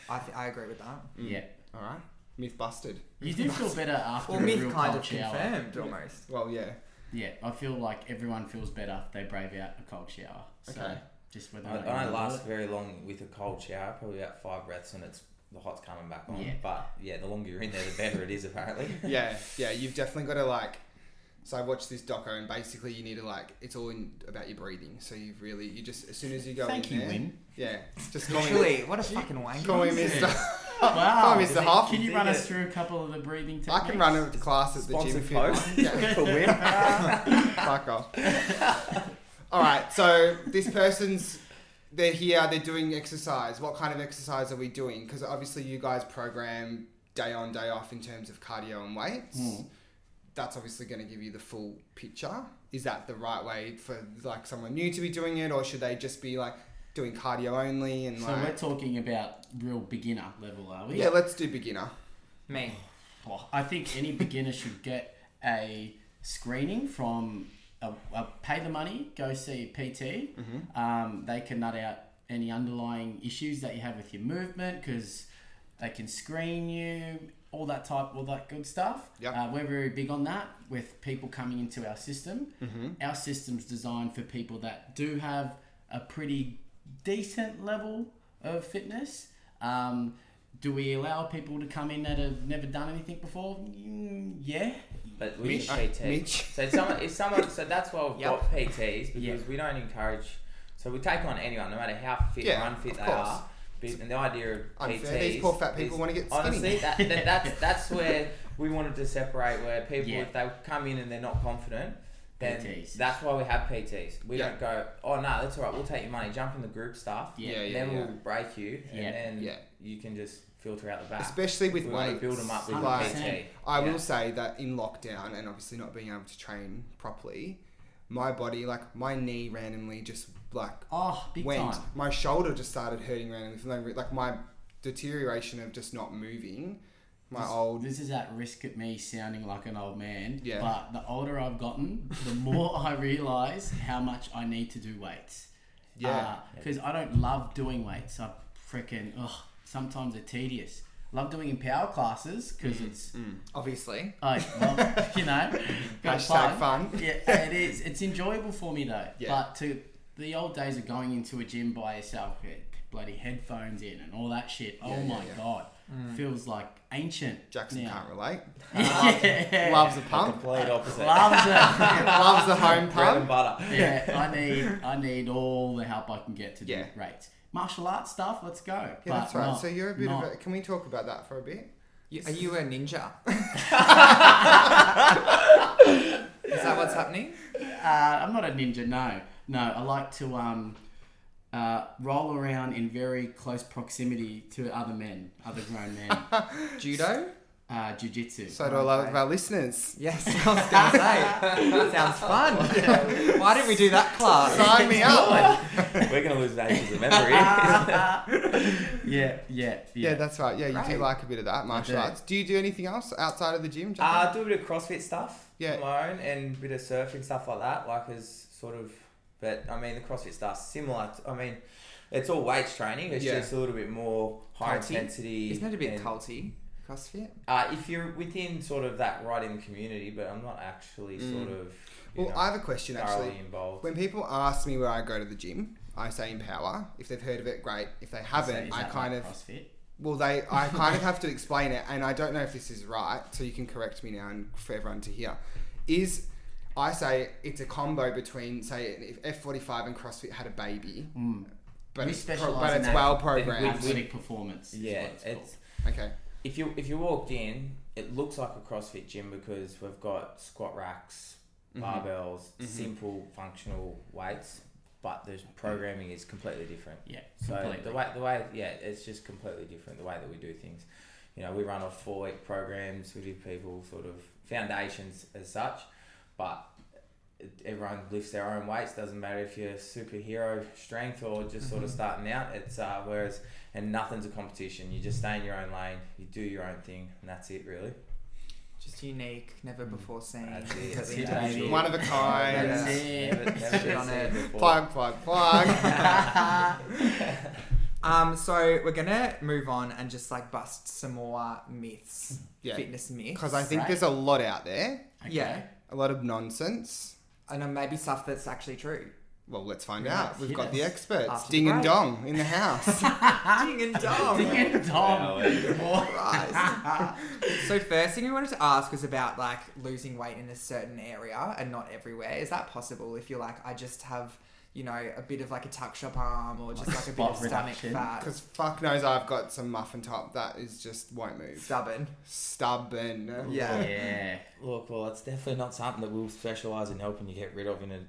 I, th- I agree with that. Mm. Yeah. All right. Myth busted. You do feel better after Well, a myth real kind cold of shower. confirmed Yeah. almost. Well, yeah. Yeah, I feel like everyone feels better if they brave out a cold shower. So Okay. just whether or I, not you I wanna don't do last it. very long with a cold shower, probably about five breaths, and it's the hot's coming back on. Yeah. But yeah, the longer you're in there, the better it is, apparently. Yeah. Yeah. You've definitely got to like. So I watched this doco, and basically you need to like. It's all in, about your breathing. So you've really you just as soon as you go Thank in you, there, Lynn. yeah, just call me, Literally, what a fucking wanker. call me Jesus. Mister. Wow. Call me Oh, Mister Half. Can you Dig run it. us through a couple of the breathing techniques? I can run a class at the gym Sponsored if you want. post. Yeah. For Wim. Fuck off. All right, so this person's they're here, they're doing exercise. What kind of exercise are we doing? Because obviously you guys program day on, day off in terms of cardio and weights. Mm. That's obviously going to give you the full picture. Is that the right way for like someone new to be doing it, or should they just be like doing cardio only and So we're like? talking about real beginner level, are we? Yeah, let's do beginner. Me. Well, I think any beginner should get a screening from a, a pay the money, go see a PT. Um, they can nut out any underlying issues that you have with your movement because they can screen you, all that type, all that good stuff. Yep. Uh, we're very big on that with people coming into our system. Our system's designed for people that do have a pretty decent level of fitness. Um, do we allow people to come in that have never done anything before? Mm, yeah. But we Mitch. just PT. Mitch. So if someone, if someone, so that's why we've Yep. got PTs because Yeah. we don't encourage. So we take on anyone, no matter how fit Yeah, or unfit of they course. are. Be- And the idea of Unfair. PTs, These poor fat people is- wanna get skinny. honestly that, that that's that's where we wanted to separate where people Yeah. if they come in and they're not confident. Then PTs. that's why we have PTs. We Yeah. don't go, oh no, that's all right. We'll take your money, jump in the group stuff, Yeah. Yeah, and yeah, then yeah. we'll break you, Yeah. and then Yeah. you can just filter out the back. Especially with we weights. want to build them up with Like, a PT. 100%. I Yeah. will say that in lockdown and obviously not being able to train properly, my body, like my knee randomly just like Oh, big went. time. My shoulder just started hurting randomly. For no re- like my deterioration of just not moving. My This- old. This is at risk of me sounding like an old man. Yeah. But the older I've gotten, the more I realise how much I need to do weights. Yeah. Because I don't love doing weights. I freaking, ugh, sometimes they're tedious. Love doing in power classes because Mm, it's, Obviously. I, well, you know, got Hashtag fun. yeah, it is. It's enjoyable for me though. Yeah. But to the old days of going into a gym by yourself, with bloody headphones in and all that shit. Yeah, oh yeah, my yeah. god. feels like ancient. Jackson now. can't relate. yeah. Loves a Like pump. the complete opposite. Loves it. Loves the home Bread pub. and butter. yeah, I need I need all the help I can get to Yeah. do rates. Martial arts stuff, let's go. Yeah, that's right. so you're a bit not, of a. Can we talk about that for a bit? You, are you a ninja? Is that what's happening? Uh, I'm not a ninja. No, no. I like to um, uh, roll around in very close proximity to other men, other grown men. Judo? uh, jiu-jitsu. So do a Oh, lot of our listeners. Yes, I was going to say. Sounds fun. Why didn't we do that class? Sign me up. We're gonna lose that as a memory. yeah, yeah, Yeah, yeah. that's right. Yeah, you Great. do like a bit of that martial do. arts. Do you do anything else outside of the gym? Jack? uh, do a bit of CrossFit stuff Yeah. on my own and a bit of surfing stuff like that. Like is sort of, but I mean the CrossFit stuff's similar. To, I mean, it's all weights training. It's Yeah. just a little bit more high Culty. intensity. Isn't it a bit and- culty? CrossFit? Uh, if you're within sort of that right in the community, but I'm not actually sort of. you Mm. well, know, I have a question thoroughly actually. involved. When people ask me where I go to the gym, I say Empower. If they've heard of it, great. If they So haven't, is I that kind like of CrossFit. well, they I kind of have to explain it, and I don't know if this is right, so you can correct me now and for everyone to hear. Is I say it's a combo between say if F forty five and CrossFit had a baby, Mm. but We it's, pro- specialise but in it's that. well We- programmed. we- Athletic performance. Is yeah, what it's, called. it's Okay, if you if you walked in, it looks like a CrossFit gym because we've got squat racks, barbells, simple functional weights, but the programming is completely different. yeah. So completely. the way the way yeah, it's just completely different the way that we do things. You know, we run off four week programs. We give people sort of foundations as such, but it- everyone lifts their own weights. Doesn't matter if you're superhero strength or just sort of Mm-hmm. starting out. It's uh, whereas and nothing's a competition. You just stay in your own lane. You do your own thing, and that's it really. Just unique, never before seen. That's it. Because Hmm. That's it, individual. baby. one of a kind. That's it. Never- never Sit been on seen it. before. Plug, plug, plug. Um, so we're gonna move on and just like bust some more myths, yeah, fitness myths. because I think Right. there's a lot out there, Okay. yeah, a lot of nonsense. and then maybe stuff that's actually true. Well, let's find Yeah, out. We've hit got the us. experts, After the ding and break. dong, in the house. Ding and dong. Ding and dong. Christ. so first thing we wanted to ask was about like losing weight in a certain area and not everywhere. Is that possible if you're like I just have you know a bit of like a tuck shop arm or just Like like a bit of spot stomach reduction? fat? Because fuck knows I've got some muffin top that is just won't move. Stubborn. Stubborn. Yeah. yeah. Look, well, it's definitely not something that we'll specialise in helping you get rid of in a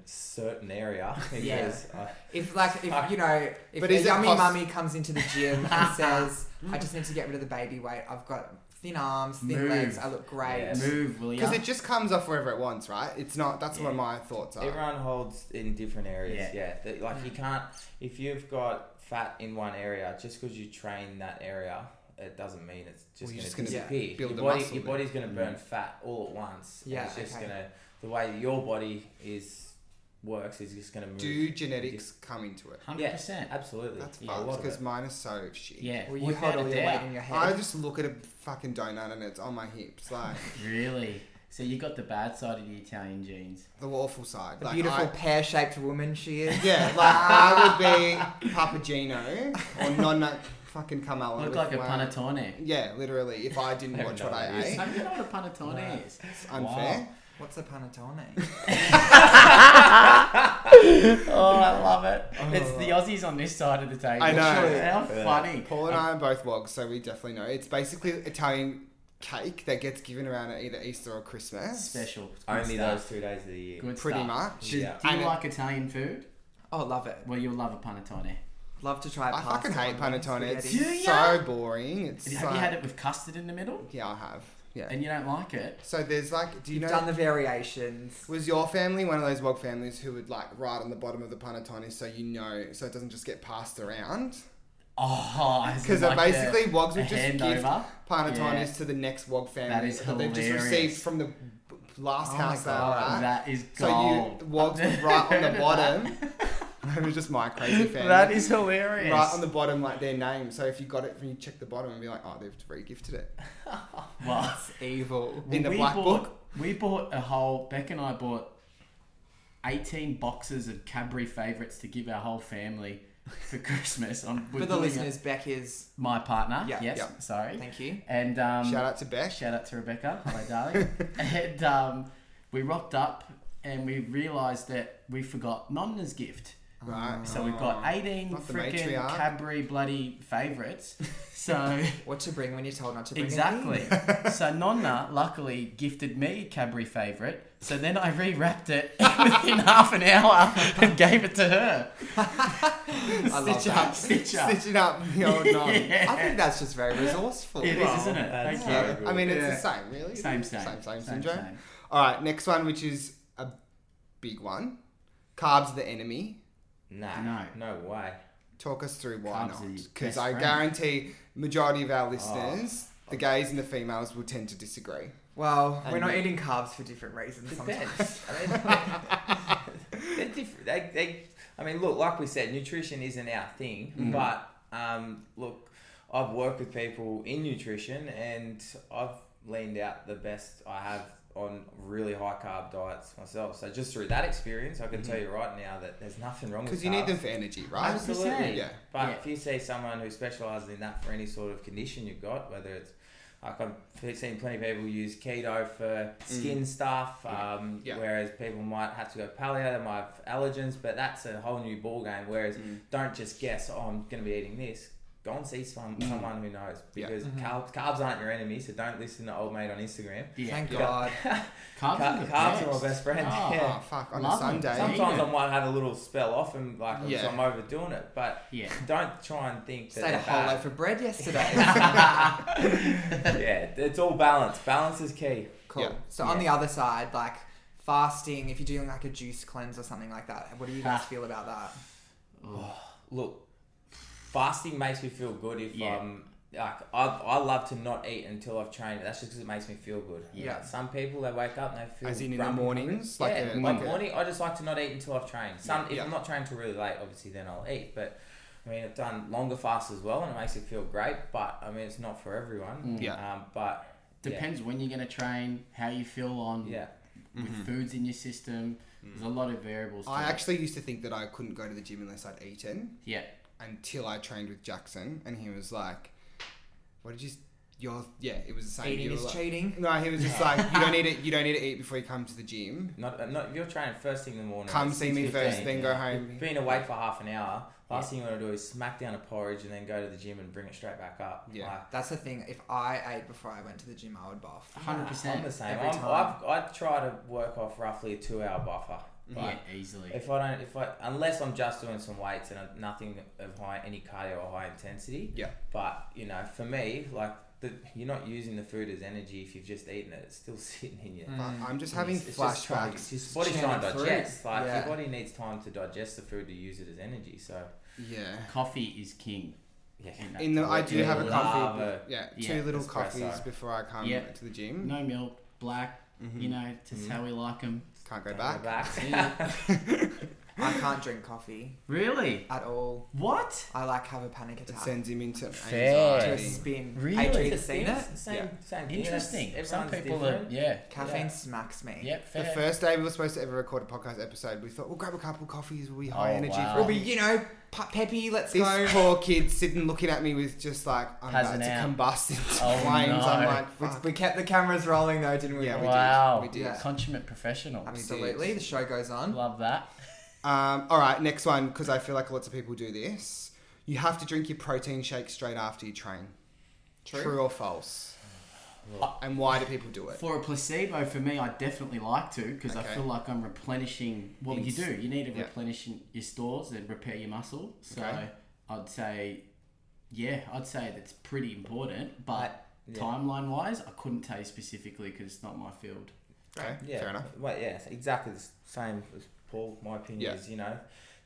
certain area. Yeah. Because I, If like if you know if But a is it yummy poss- mummy comes into the gym and says, "I just need to get rid of the baby weight. I've got thin arms, thin Move. legs. I look great." Yeah. Move, will ya? Because it just comes off wherever it wants, right? It's not. That's what Yeah. my thoughts are. everyone holds in different areas. Yeah. Mm. Yeah, That- like you can't if you've got fat in one area just because you train that area. It doesn't mean it's Well, just you're just going gonna to disappear. build your a body, muscle Mm. your then. body's going to burn fat all at once. and Yeah, it's just okay. going to the way that your body is works is just going to move. Do genetics come into it? 100%. Absolutely, That's yeah, a fucked lot of because it. mine is so shit. Yeah. Well, you without hold all a your doubt. weight in your head. I just look at a fucking donut and it's on my hips, like Really? So you got the bad side of the Italian genes. the awful side. the like, beautiful I- pear-shaped woman she is. yeah, like I would be Papa Gino or Nonna fucking Carmella. Look with like a my- panettone. Yeah, literally. If I didn't I have watch no what I idea. ate, Don't you know what a panettone is? it's unfair. What's a panettone? Oh, I love it. It's the Aussies on this side of the table. I know. How funny. Paul and I are both wogs, so we definitely know. It's basically Italian cake that gets given around at either Easter or Christmas. Special. Only Good stuff. those two days of the year. Good Pretty stuff. much. Yeah. Do you And it- like Italian food? oh, love it. Well, you'll love a panettone. Love to try. I fucking pasta hate on my panettone. It's spaghetti. so boring. It's Have like, you had it with custard in the middle? Yeah, I have. Yeah. And you don't like it? So there's like, do you You've know? done the variations. was your family one of those wog families who would like write on the bottom of the panettone so you know, so it doesn't just get passed around? Oh, as in Because like basically, a, wogs a would just hand give over. panettones Yeah. to the next wog family That is that they've just received hilarious. from the b- last Oh my house they were God, at. That is So gold. you walked right on the bottom. it was just my crazy family. that is hilarious. right on the bottom, like their name. So if you got it, when you check the bottom and be like, oh, they've regifted it. Well, It's evil. In the we black bought, book. We bought a whole. Beck and I bought eighteen boxes of Cadbury favourites to give our whole family for Christmas. I'm, we're For the doing it- listeners, Beck is. my partner. Yeah, yes, yeah. sorry. Thank you. And um, Shout out to Beck. Shout out to Rebecca. Hello, darling. and um, we rocked up and we realised that we forgot Nonna's gift. Right. So we've got 18 Oh, Not the freaking matriarch. Cadbury bloody favourites. So, What to bring when you're told not to bring exactly. so, Nonna luckily gifted me Cadbury favourite. So then I rewrapped it within half an hour and gave it to her. Anything. I love Stitch that. up. Stitch up. Stitching up the old non. I think that's just very resourceful. It is, isn't it? that's Thank you. very good. I mean, it's Yeah. the same, really. Same, same. Same, same syndrome. All right, next one, which is a big one. Carbs are the enemy. Nah, no, No. no way. Talk us through why Carbs not. are 'Cause your not. Because best I friend. Oh, guarantee majority of our listeners, the gays and the females, will tend to disagree. Well, we're And- not eating carbs for different reasons sometimes. Depends. I mean, they're different. They, they, I mean, look, like we said, nutrition isn't our thing, Mm. but um, look, I've worked with people in nutrition and I've leaned out the best I have on really high carb diets myself. So just through that experience, I can tell you right now that there's nothing wrong with Mm-hmm. Because you need carbs. them for energy, right? Absolutely. Yeah. But Yeah. if you see someone who specialises in that for any sort of condition you've got, whether it's like I've seen plenty of people use keto for skin stuff, um, Mm. Yeah. whereas people might have to go paleo, they might have allergens, but that's a whole new ball game. Whereas Mm. don't just guess, oh, I'm going to be eating this. Go and see some, someone who knows Mm. Yeah. because Mm-hmm. carbs, carbs aren't your enemy, so don't listen to old mate on Instagram. Yeah. Thank Yeah. God. Carbs, Car- are the carbs are best. my best friend. Oh. Yeah. Oh, fuck, on Love a them. Sunday. Some- Sometimes Yeah. I might have a little spell off and like Yeah. I'm overdoing it, but Yeah. don't try and think that Just ate a they're whole bad. loaf of bread yesterday. yeah, it's all balance. Balance is key. cool. Yeah. So on the other side, like fasting, if you're doing like a juice cleanse or something like that, what do you guys feel about that? Look, fasting makes me feel good if Yeah. um like I, I love to not eat until I've trained. That's just because it makes me feel good. Yeah. Like, some people they wake up and they feel As in in the grumpy. mornings? Like a, yeah, like like a, morning. I just like to not eat until I've trained. Some if Yeah. I'm not trained till really late, obviously then I'll eat. But I mean, I've done longer fasts as well, and it makes it feel great. But I mean, it's not for everyone. Mm. Yeah. Um, but yeah. Depends when you're going to train, how you feel on Yeah. with foods in your system. There's a lot of variables. To Mm-hmm. I it. actually used to think that I couldn't go to the gym unless I'd eaten. yeah, until I trained with Jackson, and he was like, "What did you? s- Your yeah, it was the same." Eating You were is like- cheating. No, he was just like, "You don't need it. You don't need to eat before you come to the gym. Not, not if you're training first thing in the morning. Come at see me 6:15, first, then go yeah. home." Being awake for half an hour, last thing you want to do is smack down a porridge and then go to the gym and bring it straight back up. Yeah. Like, That's the thing. If I ate before I went to the gym, I would buff. hundred I'm percent. the same. Every I'm, time. I've, I try to work off roughly a two hour buffer. Yeah, But easily. if I don't, if I unless I'm just doing some weights and I'm nothing of high any cardio or high intensity. Yeah. But you know, for me, like the, you're not using the food as energy if you've just eaten it. It's still sitting in you. Fuck, I'm Mm. just having It's- it's just trying- flashbacks. It's your body's churning trying to through. digest. Like Yeah. your body needs time to digest the food to use it as energy. So Yeah. Coffee is king. yeah. in that. In the, I Yeah, do have a lava. coffee. but- Yeah, Yeah, two little espresso. coffees before I come Yeah. to the gym. Mm-hmm. no milk, black. You know, just how we like them. Can't go back. I can't drink coffee Really? at all. What? I like have a panic It attack. sends him into Fair. to a anxiety. spin. Really? Adrian It's seen it. Same, Yeah. same thing. Interesting. That's- Some everyone's people different. are. Yeah. Caffeine Yeah. smacks me. Yep. The Fair. first day we were supposed to ever record a podcast episode, we thought we'll grab a couple of coffees, we'll be high Oh, energy. wow. For We'll be, you know, pe- peppy. Let's This go. poor kid sitting looking at me with just like I'm Passing about to out. combust into Oh, flames. I'm no. like, We, fuck. we kept the cameras rolling though, didn't we? Yeah, we did. wow. We did. Yeah. Consummate professional. Absolutely. The show goes on. Love that. Um, all right, next one because I feel like lots of people do this. You have to drink your protein shake straight after you train. True, or false? And why do people do it? For a placebo, for me, I definitely like to because Okay. I feel like I'm replenishing. Well, you Ins- do. You need to yeah. replenish in- your stores and repair your muscle. So Okay. I'd say, yeah, I'd say that's pretty important. But Yeah. timeline wise, I couldn't tell you specifically because it's not my field. Okay, Yeah. fair enough. Well, yeah, it's exactly the same as Paul. My opinion Yeah. is, you know,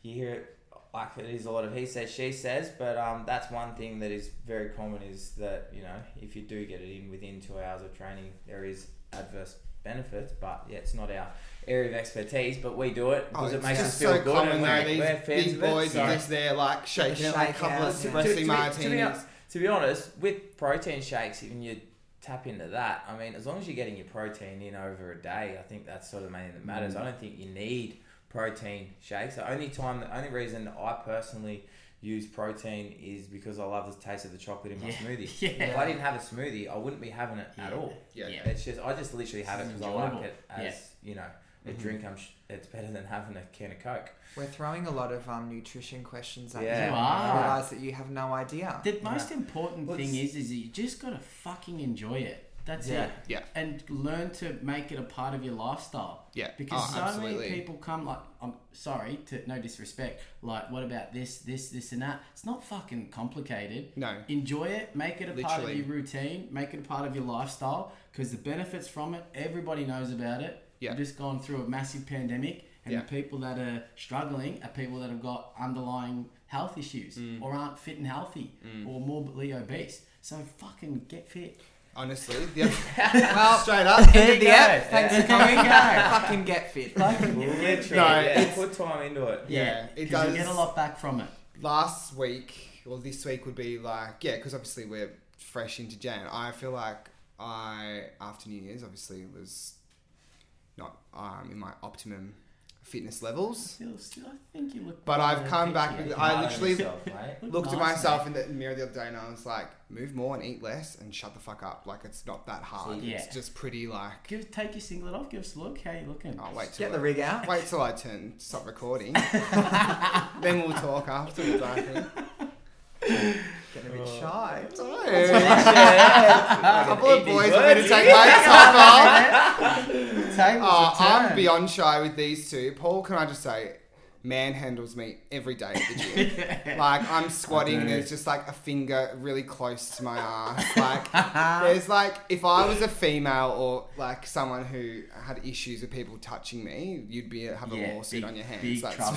you hear it like it is a lot of he says, she says, but um, that's one thing that is very common is that you know if you do get it in within two hours of training, there is adverse benefits, but yeah, it's not our area of expertise, but we do it because it Oh, it's makes us just feel so good common and though. we're, we're These fans big of boys it, so- are just there like shaking it like a Shake couple of out, yeah. espresso to, be, to, be, martinis. hon- to be honest, with protein shakes, even you tap into that, I mean, as long as you're getting your protein in over a day, I think that's sort of the main thing that Mm. matters. I don't think you need protein shakes. The only time, the only reason I personally use protein is because I love the taste of the chocolate in my Yeah. smoothie. Yeah. If I didn't have a smoothie, I wouldn't be having it at all. Yeah. Yeah. It's just I just literally have it It's because I like enjoyable. Mm-hmm. it as you know a drink. I'm sh- it's better than having a can of Coke. We're throwing a lot of um, nutrition questions at Yeah. you. You I are. realize that you have no idea. The most important Well, thing it's- is, is you just gotta fucking enjoy it. That's Yeah. it. Yeah. And learn to make it a part of your lifestyle. Yeah. Because Oh, so absolutely. many people come like, I'm sorry to no disrespect. Like, what about this, this, this, and that? It's not fucking complicated. No. Enjoy it. Make it a part of Literally. your routine. Make it a part of your lifestyle. Because the benefits from it, everybody knows about it. Yeah. We've just gone through a massive pandemic, and Yeah. the people that are struggling are people that have got underlying health issues Mm. or aren't fit and healthy or morbidly obese. So fucking get fit. Honestly, the other, Well, straight up. end of the go. app. Thanks for Yeah. coming. There we go. Fucking get fit. Literally, No, yeah, it's- put time into it. Yeah, it 'cause You does. get a lot back from it. Last week or this week would be like yeah, because obviously we're fresh into Jan. I feel like I after New Year's obviously was not um, in my optimum fitness levels. Still, still, I think you look. But better I've than come fit, back yeah. with- Hard I on literally- yourself, mate. Look Looked at nice, myself in the mirror the other day and I was like, move more and eat less and shut the fuck up. Like it's not that hard. Yeah. It's just pretty like. Give, take your singlet off. Give us a look. How you looking? Oh, wait till Get the I- rig out. Wait till I turn stop recording. then we'll talk afterwards. I think. Getting a bit shy. It's alright. A couple of Eat these boys want me to words. take my top off. Tables Oh, are I'm turned. beyond shy with these two. Paul, can I just say, manhandles me every day at the gym. Like I'm squatting, and there's just like a finger really close to my ass. Like there's like if I was a female or like someone who had issues with people touching me, you'd be have a Yeah, lawsuit big- on your hands. big that's trouble.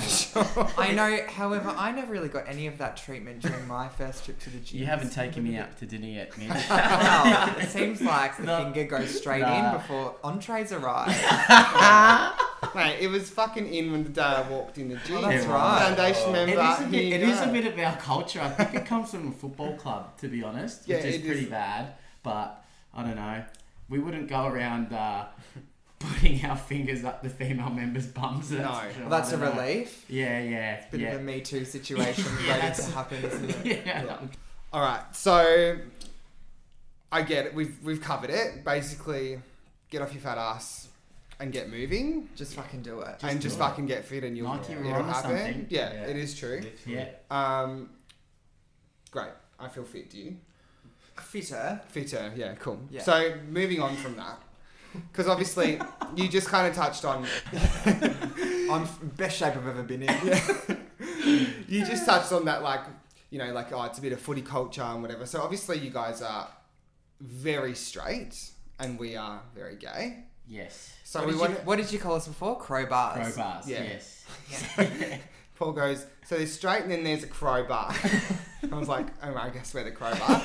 for sure. I know, however, I never really got any of that treatment during my first trip to the gym. You haven't taken me out to dinner yet, Mitch. well, it seems like the No. finger goes straight Nah. in before entrees arrive. Mate, it was fucking in when the day I walked in the gym. that's It was. right. Foundation Oh. member. It is, a here you bit, it is go. a bit of our culture. I think it comes from a football club, to be honest, Yeah, which is it pretty is. bad. But I don't know. We wouldn't go around uh, putting our fingers up the female members' bums. No. that's, Well, that's I a don't know. relief. Yeah, yeah, Bit yeah. of a Me Too situation Yeah, ready that's- to happen, isn't it? yeah. Yeah. All right, so I get it. We've we've covered it. Basically, get off your fat ass and get moving, Just fucking do it. and do just it. fucking get fit, and you'll Nike were it'll onto happen. something. Yeah, Yeah. it is true. Literally. yeah. Um, great. I feel fit. Do you? Fitter. Fitter. Yeah. Cool. Yeah. So moving on from that, because obviously you just kind of touched on I'm f- best shape I've ever been in. you just touched on that, like, you know, like, oh, it's a bit of footy culture and whatever. So obviously, you guys are very straight and we are very gay. Yes. So what, we did want you, what did you call us before? Crowbars. Crowbars. Yeah. Yes. Paul goes, so there's straight and then there's a crowbar. I was like, oh, I guess we're the crowbar.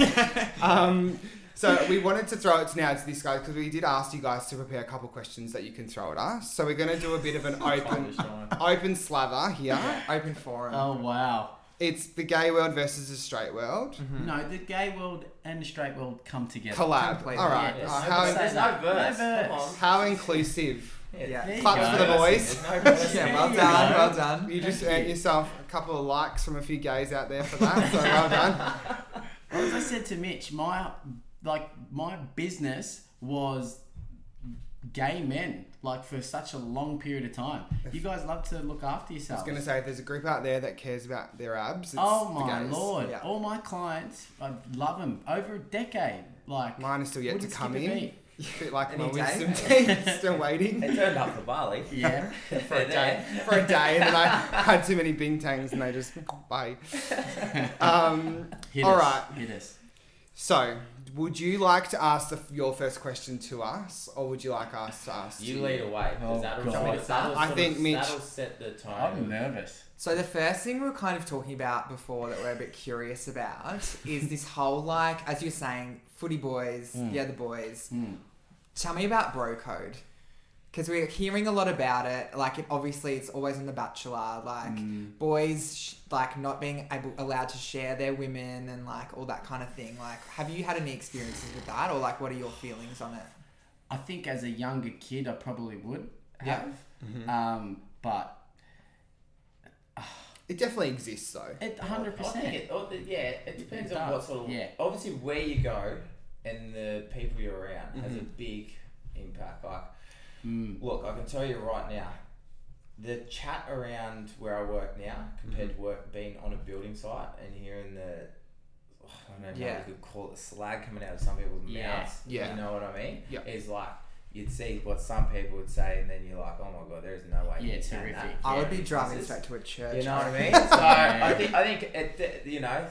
um, so we wanted to throw it now to this guy because we did ask you guys to prepare a couple questions that you can throw at us. So we're going to do a bit of an open, open slather here. Open forum. Oh wow. It's the gay world versus the straight world. No, the gay world and the straight world come together. Collab. Completely. All right. Yes. Oh, There's how, no Say that. verse. No Come verse. on. how inclusive. Yeah. There you Claps go. for the boys. There's no verse. yeah, there well you done, go. well done. You just earned yourself a couple of likes from a few gays out there for that, so well done. As I said to Mitch, my like my business was gay men, like for such a long period of time. You guys love to look after I was yourselves. going to say, if there's a group out there that cares about their abs, it's oh the my gays. lord! Yeah. All my clients, I love them. Over a decade, like Mine is still yet to wouldn't come skip a in. beat. Bit like my Any day. wisdom teeth, still waiting They turned up for Bali. Yeah, for a day. For a day, and then I had too many bing tangs, and they just bye. Um, hit All us, right. hit us. so, would you like to ask the, your first question to us, or would you like us to ask You to lead away. 'cause Oh, that'll, God. sort of- that'll I sort think of, Mitch- That'll set the tone. I'm nervous. So the first thing we were kind of talking about before that we're a bit curious about is this whole like, as you're saying, footy boys, the other boys. Mm. Tell me about bro code. Because we're hearing a lot about it, like it, obviously it's always on The Bachelor, like boys sh- like not being able allowed to share their women and like all that kind of thing. Like, have you had any experiences with that, or like, what are your feelings on it? I think as a younger kid, Mm-hmm. I probably would Yeah. have, um, but It definitely exists though. It hundred I think percent. it, oh, the- yeah, it depends It on what does, sort of. yeah. Obviously, where you go and the people you're around has Mm-hmm. a big impact. Like, Mm. look, I can tell you right now, the chat around where I work now compared to work being on a building site and hearing the, oh, I don't know Yeah. how you could call it slag coming out of some people's Yeah. mouths. Yeah. You know what I mean? Yep. Is like you'd see what some people would say, and then you're like, oh my god, there's no way. Yeah, you can terrific. that. I Yeah, would be because driving it's- straight to a church. you know what I mean? So Yeah. I think I think it you know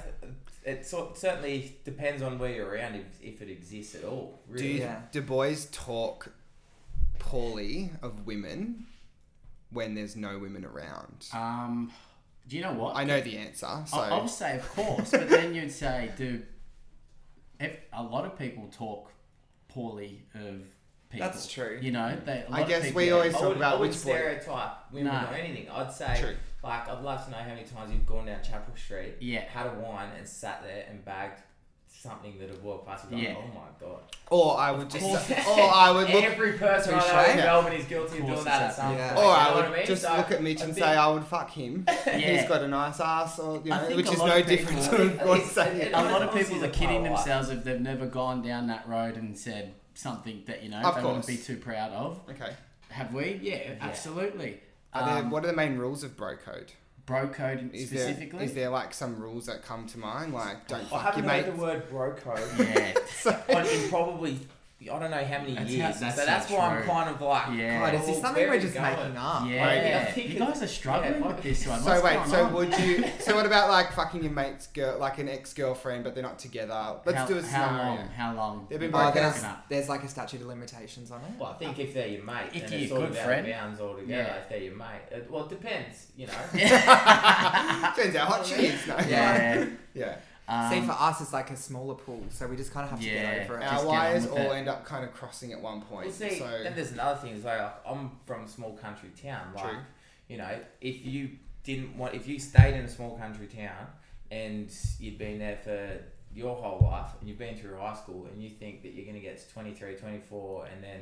it sort certainly depends on where you're around if, if it exists at all. Do Really. you, Yeah. do boys talk poorly of women when there's no women around? Um, do you know what? I know the answer. So I, I would say, of course, but then you'd say, dude, if a lot of people talk poorly of people. That's true. You know, they, a lot I of guess people- we always I talk would, I about would which boy. stereotype women Nah. or anything. I'd say True. like I'd love to know how many times you've gone down Chapel Street, Yeah. had a wine and sat there and bagged something that had walked past you going, Yeah. Oh my god. Or I would just, course. or Oh, I would look, Every person I Touche. know in Yeah. Melbourne is guilty of Of course doing that at it's some happened. point. or you I know would what mean? just So look at Mitch I and think- say I would fuck him. He's Yeah. got a nice ass, or you I know, think which a is lot no of different people- to what It's- saying. it- A lot of Honestly, people are it's kidding quite a lot. themselves if they've never gone down that road and said something that, you know, Of they wouldn't be course. too proud of. Okay. Have we? Yeah, absolutely. Are there, Um, what are the main rules of bro code? bro code Is there specifically? is there like some rules that come to mind? Like don't I fuck your haven't heard mate. the word bro code. yeah. on- in probably I don't know how many That's years. how- that's so that's so why I'm true. kind of like, Yeah. God, is this well, something where we're are we just going? making up? Oh, yeah, I Yeah. think You guys are struggling yeah, with this one. So What's wait, going so on? would you? So what about like fucking your mate's girl, like an ex girlfriend, but they're not together? Let's how, do a how scenario. long? How long? They've been Broken Oh, broken there's, up. there's like a statute of limitations on it. Well, I think if they're your mate, If then you're it's a all good about friend. bounds altogether. Yeah. If they're your mate, it, well, it depends. You know, Turns out hot she is. No. Yeah. Yeah. Um, See, for us, it's like a smaller pool, so we just kind of have to Yeah. get over it. Our Just get on wires with all it. end up kind of crossing at one point. Well, see, so and there's another thing as well. I'm from a small country town. Like, True. you know, if you didn't want, if you stayed in a small country town and you'd been there for your whole life and you've been through high school and you think that you're going to get to 23, 24 and then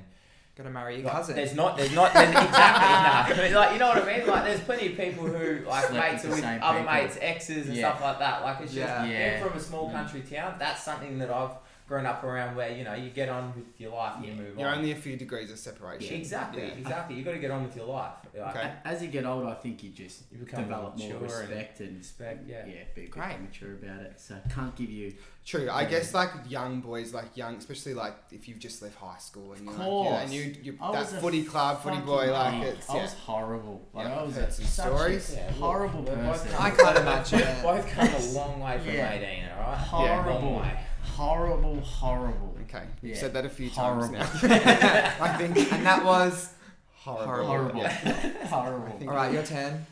Gotta marry your Like, cousin. There's not. There's not. There's exactly. no. I mean, like you know what I mean. Like there's plenty of people who like Slept with mates the are with same other people. mates, exes and Yeah. stuff like that. Like it's Yeah. just being Yeah. from a small Mm. country town. That's something that I've grown up around where you know you get on with your life and you move you're on. only a few degrees of separation. Exactly. Yeah. Exactly. You got to get on with your life. Like, Okay. A- As you get older, I think you just You become develop more more mature and- respect and, respect, yeah. be a bit Great. mature about it. So can't give you. True. I Yeah. guess like young boys, like young, especially like if you've just left high school and you're like, yeah, course. and you, you I that was a footy club, footy fucking boy, like idiot. it's I yeah. was horrible. Like Yeah, I was I've heard a some stories. Yeah, look, Horrible we're person. Both, I can't imagine We've it. both come a long way from Yeah. 18, all right? horrible, Long way. horrible, horrible. Okay, you've Yeah. said that a few Horrible. times now. I think and that was horrible. Horrible. Yeah. I horrible. think- all right. Your turn.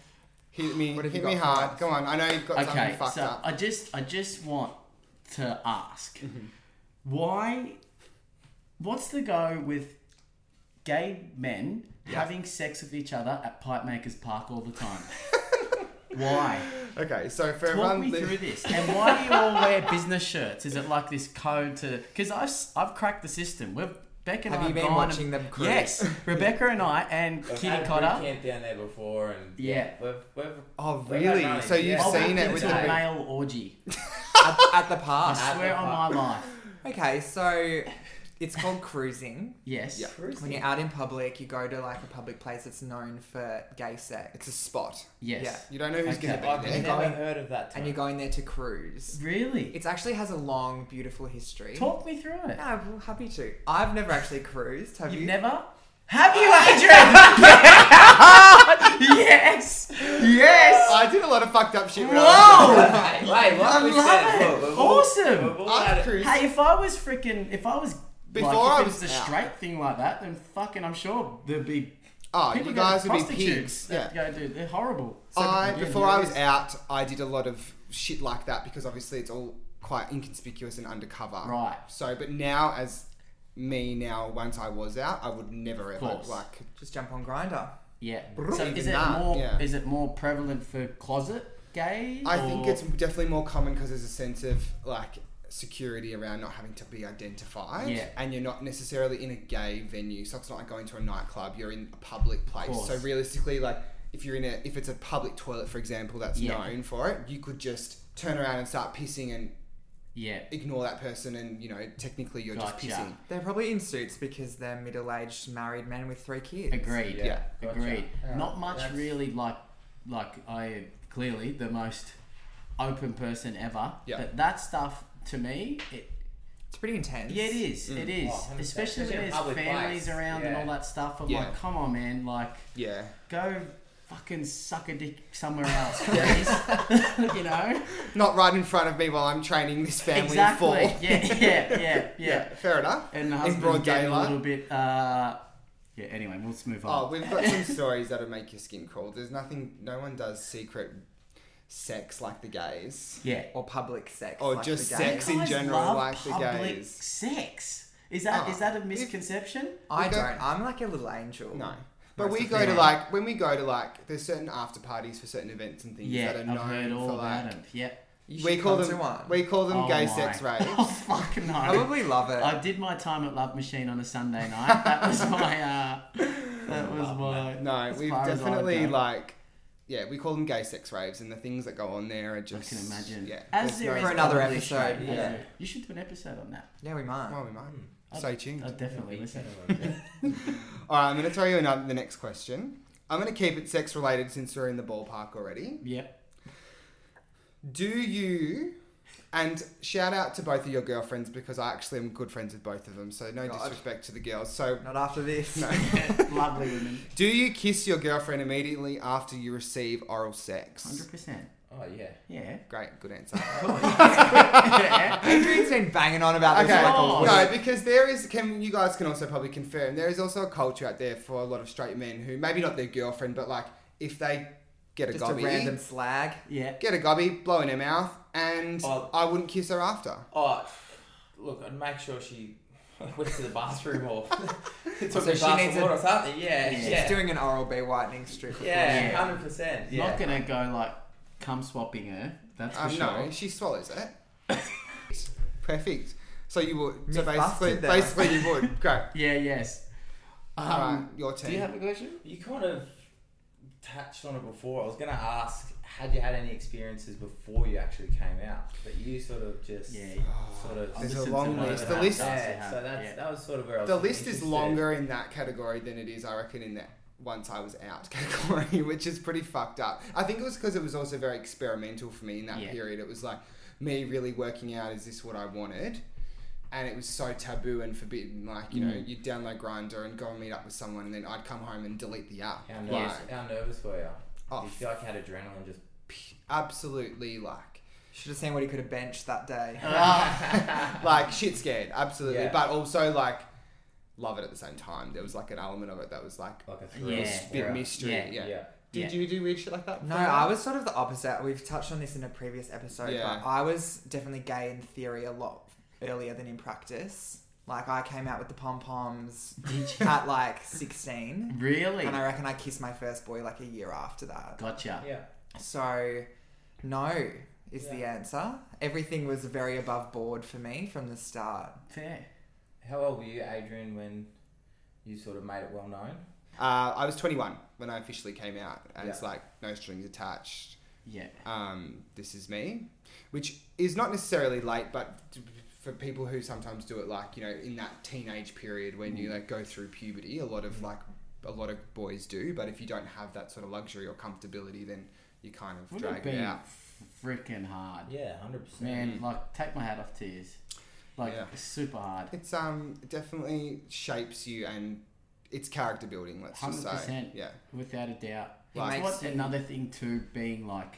Hit me, What have hit you me got for hard. us? Go on. I know you've got something Okay, fucked so up. I just I just want to ask Mm-hmm. why what's the go with gay men having sex with each other at Pipe Makers Park all the time? why? Okay, so for Talk me everyone, through this. And why do you all wear business shirts? Is it like this code to? Because I've s- I've cracked the system. We've Beck and Have I you have been gone and- watching them cruise? Yes, Rebecca and I and We've Kitty had a Cotter. boot camp down there before, and Yeah. we've, we've oh We've had really? none, So you've yeah. I seen walked it with the into a big- male orgy. at, at the park. I swear on my life. Okay, so it's called cruising. Yes. Yeah. When you're out in public, you go to like a public place that's known for gay sex, It's a spot. Yes. Yeah. You don't know who's Okay. going I've to be there. go never in- heard of that. Term. and you're going there to cruise. Really? It actually has a long, beautiful history. Talk me through it. No, well, happy to. I've never actually cruised. Have You've you? never? Have you, Adrian? yes! Yes! I did a lot of fucked up shit. when I was Whoa! Hey, wait, what? I We love said- it. we've all- we've Awesome! all young. had I've it. cruised. Hey, if I was freaking, if I was Before like, I if was it was a out. straight thing like that, then fucking, I'm sure there'd be Oh, people you go to guys would be prostitutes pigs. Yeah. that Go, dude, they're horrible. I Yeah, before I was there out, I did a lot of shit like that because obviously it's all quite inconspicuous and undercover. Right. So, but now as me now, once I was out, I would never ever course. like. Just jump on Grinder. Yeah. Brr. So Even is it that, more? yeah. Is it more prevalent for closet gays? I think or- it's definitely more common because there's a sense of like security around not having to be identified Yeah. and you're not necessarily in a gay venue so it's not like going to a nightclub you're in a public place Course. so realistically like if you're in a if it's a public toilet, for example, that's Yeah. known for it, you could just turn around and start pissing and Yeah. ignore that person, and you know technically you're Gotcha. just pissing. They're probably in suits because they're middle-aged married men with three kids. Agreed. Yeah. Gotcha. Agreed. Alright, Not much that's- really like like I clearly the most open person ever. Yeah. But that stuff to me, it It's pretty intense. yeah, it is. It mm. is. Oh, 100%. Especially Especially when in there's a public families place. around and Yeah. all that stuff. I'm Yeah. like, come on man, like Yeah, go fucking suck a dick somewhere else, please. you know? not right in front of me while I'm training this family exactly. of four. Yeah, yeah, yeah, yeah. fair enough. And the in husband broad getting a daylight. little bit uh yeah, anyway, let's move on. Oh, we've got some stories that'll make your skin crawl. There's nothing. No one does secret sex like the gays. yeah. Or public sex. Or like just the sex gays. in Guys general, love like the public gays. Sex is that Oh, is that a if- misconception? I We go- don't. I'm like a little angel. No. But Most we of go them to are. like when we go to like there's certain after parties for certain events and things Yeah, that are I've known heard all for about like it. Yep. You we should call come them to one. we call them Oh gay my- sex raves. Oh fuck no! Probably love it. I did my time at Love Machine on a Sunday night. That was my. Uh, that was my. no, as we've far as I'd definitely go. like yeah, we call them gay sex raves and the things that go on there are just I can imagine. Yeah. As there's there no- is For another probably episode, shame. yeah. As there- You should do an episode on that. yeah, we might. well, we might. Stay tuned. I'd definitely listen. All right, I'm going to throw you another the next question. I'm going to keep it sex related since we're in the ballpark already. Yep. Do you? And shout out to both of your girlfriends because I actually am good friends with both of them. So no God. disrespect to the girls. So Not after this. No. Lovely women. do you kiss your girlfriend immediately after you receive oral sex? Hundred percent. Oh yeah. Yeah. Great, good answer. Adrian's been banging on about this Okay, for like Oh. a week. no, because there is. Can you guys can also probably confirm there is also a culture out there for a lot of straight men who maybe not their girlfriend, but like if they get a Just a gobby, random slag. Yeah. get a gobby, blow in her mouth, and Oh. I wouldn't kiss her after. Oh, look, I'd make sure she went to the bathroom or took So a she bath needs a- of water or something. Yeah, Yeah. yeah, She's yeah, doing an oral B whitening strip. before Yeah. hundred percent. Yeah. Not gonna go like cum swapping her. That's for Um, sure. No, she swallows it. Perfect. So you would. So Myth basically, busted there. basically you would. Great. Yeah. Yes. Um, Alright, your Do you turn. have a question? You kind of touched on it before. I was gonna ask, had you had any experiences before you actually came out? But you sort of just Yeah. sort of. There's I've a listened long to a lot list. of The that list- stuff, Yeah, so that's, yeah. that was sort of where I was. The list is interested. longer in that category than it is, I reckon, in that once I was out category, which is pretty fucked up. I think it was because it was also very experimental for me in that Yeah. period. It was like me really working out is this what I wanted? And it was so taboo and forbidden. Like, you know, Mm. you'd download Grinder and go and meet up with someone, and then I'd come home and delete the app. How Like, nervous, how nervous were you? Oh, Do you feel like you had adrenaline just absolutely like Should have seen what he could have benched that day. like shit scared absolutely Yeah. but also like love it at the same time there was like an element of it that was like like a thrill? Yeah. a bit Yeah. mystery yeah, Yeah. yeah. did Yeah. you do weird shit like that No, before? I was sort of the opposite. We've touched on this in a previous episode, Yeah. but I was definitely gay in theory a lot earlier than in practice. Like I came out with the pom poms at like sixteen, Really? and I reckon I kissed my first boy like a year after that. Gotcha. Yeah. So, no is the Yeah. answer. Everything was very above board for me from the start. Fair. How old were you, Adrian, when you sort of made it well known? uh, I was 21 when I officially came out and it's like no strings attached Yeah. um, this is me which is not necessarily late but d- for people who sometimes do it like you know in that teenage period when you like go through puberty a lot of like a lot of boys do but if you don't have that sort of luxury or comfortability then you kind of Would drag have it been out Mm. freaking hard. Yeah, hundred percent. Man, like, take my hat off to you. Like, Yeah. super hard. it's um it definitely shapes you and it's character building let's just say 100%. yeah Without a doubt. It Like- That's makes what another thing too being like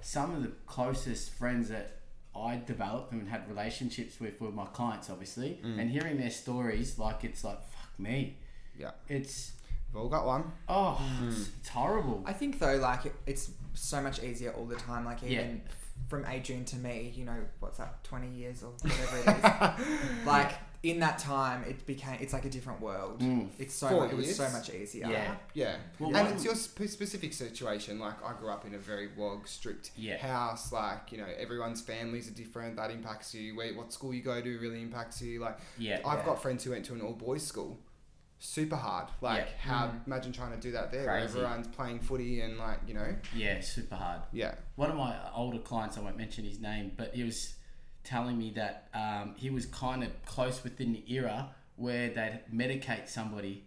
some of the closest friends that I developed and had relationships with were my clients obviously. And hearing their stories, like it's like fuck me. Yeah. It's we've all got one oh it's, it's horrible. I think though, like it, it's so much easier all the time. Like Yeah. even from Adrian to me, you know, what's that, twenty years or whatever it is. like in that time, it became it's like a different world. Mm. It's so Four much, it was so years. much easier. Yeah. yeah Well, and one- it's your sp- specific situation like i grew up in a very wog strict Yeah. house like you know everyone's families are different that impacts you where what school you go to really impacts you like Yeah. i've Yeah. got friends who went to an all boys school super hard. Like Yeah. Mm-hmm. how imagine trying to do that there where Crazy. everyone's playing footy and like you know Yeah, super hard. yeah One of my older clients, I won't mention his name, but he was telling me that um, he was kind of close within the era where they'd medicate somebody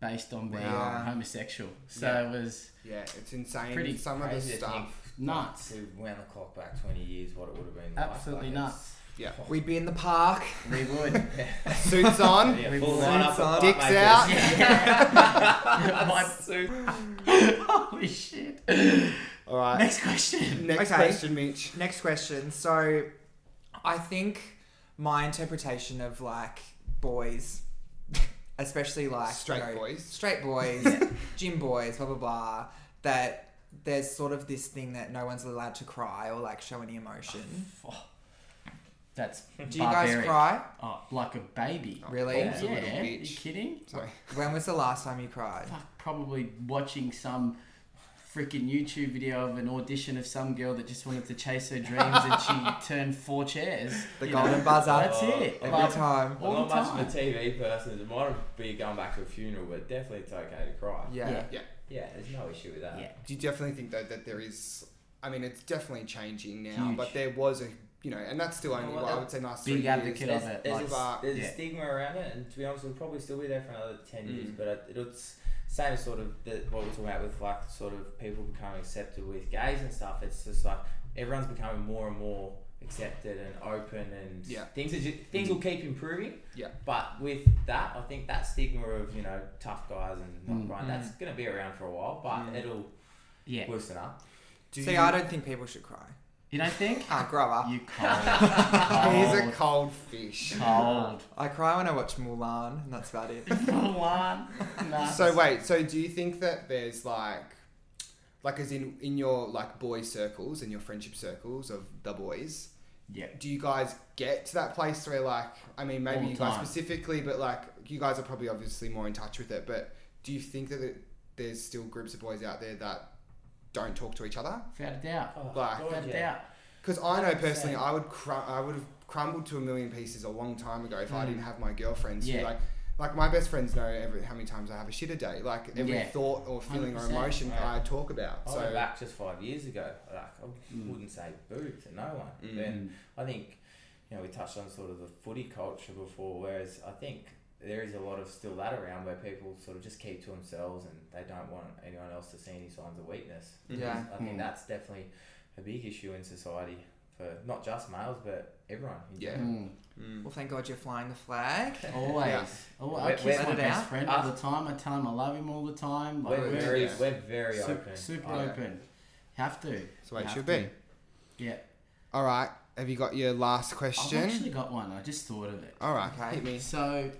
based on being Wow. homosexual. So Yeah. it was yeah it's insane. Pretty Some of the Crazy to stuff. think, like, nuts. To round the clock back 20 years, what it would have been like. Absolutely like. nuts. Yeah, We'd be in the park. We would. suits on. Yeah, We full would. lineup of Dicks butt makers. out. My- Holy shit. All right. Next question. Next Okay. question, Mitch. Next question. So, I think my interpretation of like boys, especially like you Straight know, boys. straight boys, gym boys, blah blah blah. That there's sort of this thing that no one's allowed to cry or like show any emotion. That's Do you guys cry? Oh, like a baby. Really? Balls a Yeah. little you bitch. kidding? Sorry. When was the last time you cried? Fuck, probably watching some freaking YouTube video of an audition of some girl that just wanted to chase her dreams and she turned four chairs. The you golden know? buzzer. That's it. Every Like, time. I'm All not the much time. of a TV person. It might be going back to a funeral, but definitely it's okay to cry. Yeah. Yeah. Yeah. Yeah, there's no issue with that. Yeah. Do you definitely think though that there is? I mean, it's definitely changing now, Huge. but there was a you know, and that's still only Well, what I that- would say last Big three advocate years. There's, of it. there's, like- a, But- there's yeah. a stigma around it, and to be honest, it'll probably still be there for another 10 years, Mm. but it- it's same sort of the, what we're talking about with like sort of people becoming accepted with gays and stuff. It's just like everyone's becoming more and more accepted and open, and Yeah. things are just, things will keep improving. Yeah. But with that, I think that stigma of you know tough guys and not Mm. crying, that's gonna be around for a while, but it'll Yeah. loosen up. Do See, you- I don't think people should cry. You don't think? Can't grow up. You cold. He's a cold. cold fish. cold. I cry when I watch Mulan, and that's about it. Mm-hmm. Mulan. Nuts. So wait, so do you think that there's like, like as in in your like boy circles and your friendship circles of the boys, Yeah. do you guys get to that place where like, I mean, All maybe the you guys time. specifically, but like you guys are probably obviously more in touch with it. But do you think that it, there's still groups of boys out there that don't talk to each other? Without a doubt. Oh, Like- God, Without a yeah. doubt. Because I know I'd personally, say- I would cr- I would have crumbled to a million pieces a long time ago if I Mm. didn't have my girlfriends. who Hmm. Yeah. Like, like my best friends know every how many times I have a shit a day. Like every Yeah. thought or feeling or 100%, emotion right. I talk about. Oh, I went so back just five years ago. Like I Mm. wouldn't say boo to no one. Mm. And I think you know we touched on sort of the footy culture before, whereas I think there is a lot of still that around where people sort of just keep to themselves and they don't want anyone else to see any signs of weakness. Yeah. I think Mm. that's definitely a big issue in society for not just males but everyone. in Yeah. general. Mm. Mm. Well, thank God you're flying the flag. Always. Yeah. Oh, I We're- kiss we're- my Let it best out. friend all the time. I tell him I love him all the time. Like, We're Yeah. very Yeah. we're very super, open. Oh, super I- open. Have to. So it Have should to. be. Yeah. All right. Have you got your last I've question? actually got one. I just thought of it. All right. Okay. Hit Oh, me. So,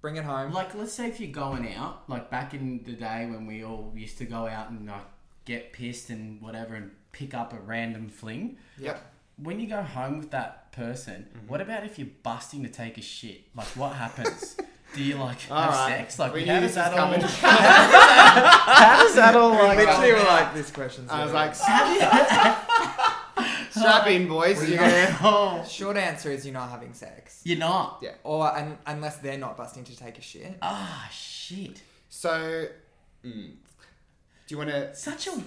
Bring it home. like, let's say if you're going out, like back in the day when we all used to go out and like get pissed and whatever and pick up a random fling. Yep. Mm-hmm. When you go home with that person, what about if you're busting to take a shit? Like, what happens? Do you like All have right. sex? Like, We how knew does this was that all? coming. How does that all like- Literally, we're like this question's I was over. like, strap in, boys. Well, You're you gonna- Oh, short answer is you're not having sex, you're not. or un- unless they're not busting to take a shit. Ah, shit. So, mm. do you want to? Such a.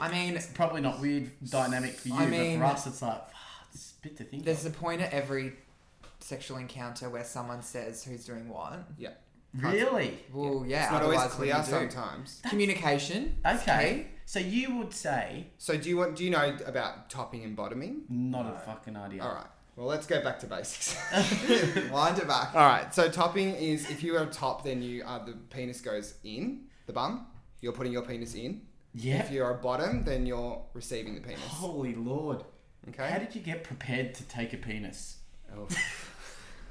I mean, It's probably not weird dynamic for you, I mean- but for us, it's like "Fuck, it's a bit to think. there's Of. a point at every sexual encounter where someone says who's doing what. Really? Well, yeah. It's not always otherwise what do clear you do? sometimes. Communication. is Okay. key. So you would say So do you want? Do you know about topping and bottoming? not a No. fucking idea. All right. Well, let's go back to basics. Wind it back. All right. So topping is if you are top, then you are the penis goes in the bum. You're putting your penis in. Yeah. If you're a bottom, then you're receiving the penis. Holy lord! Oh, How Okay. did you get prepared to take a penis? Oh.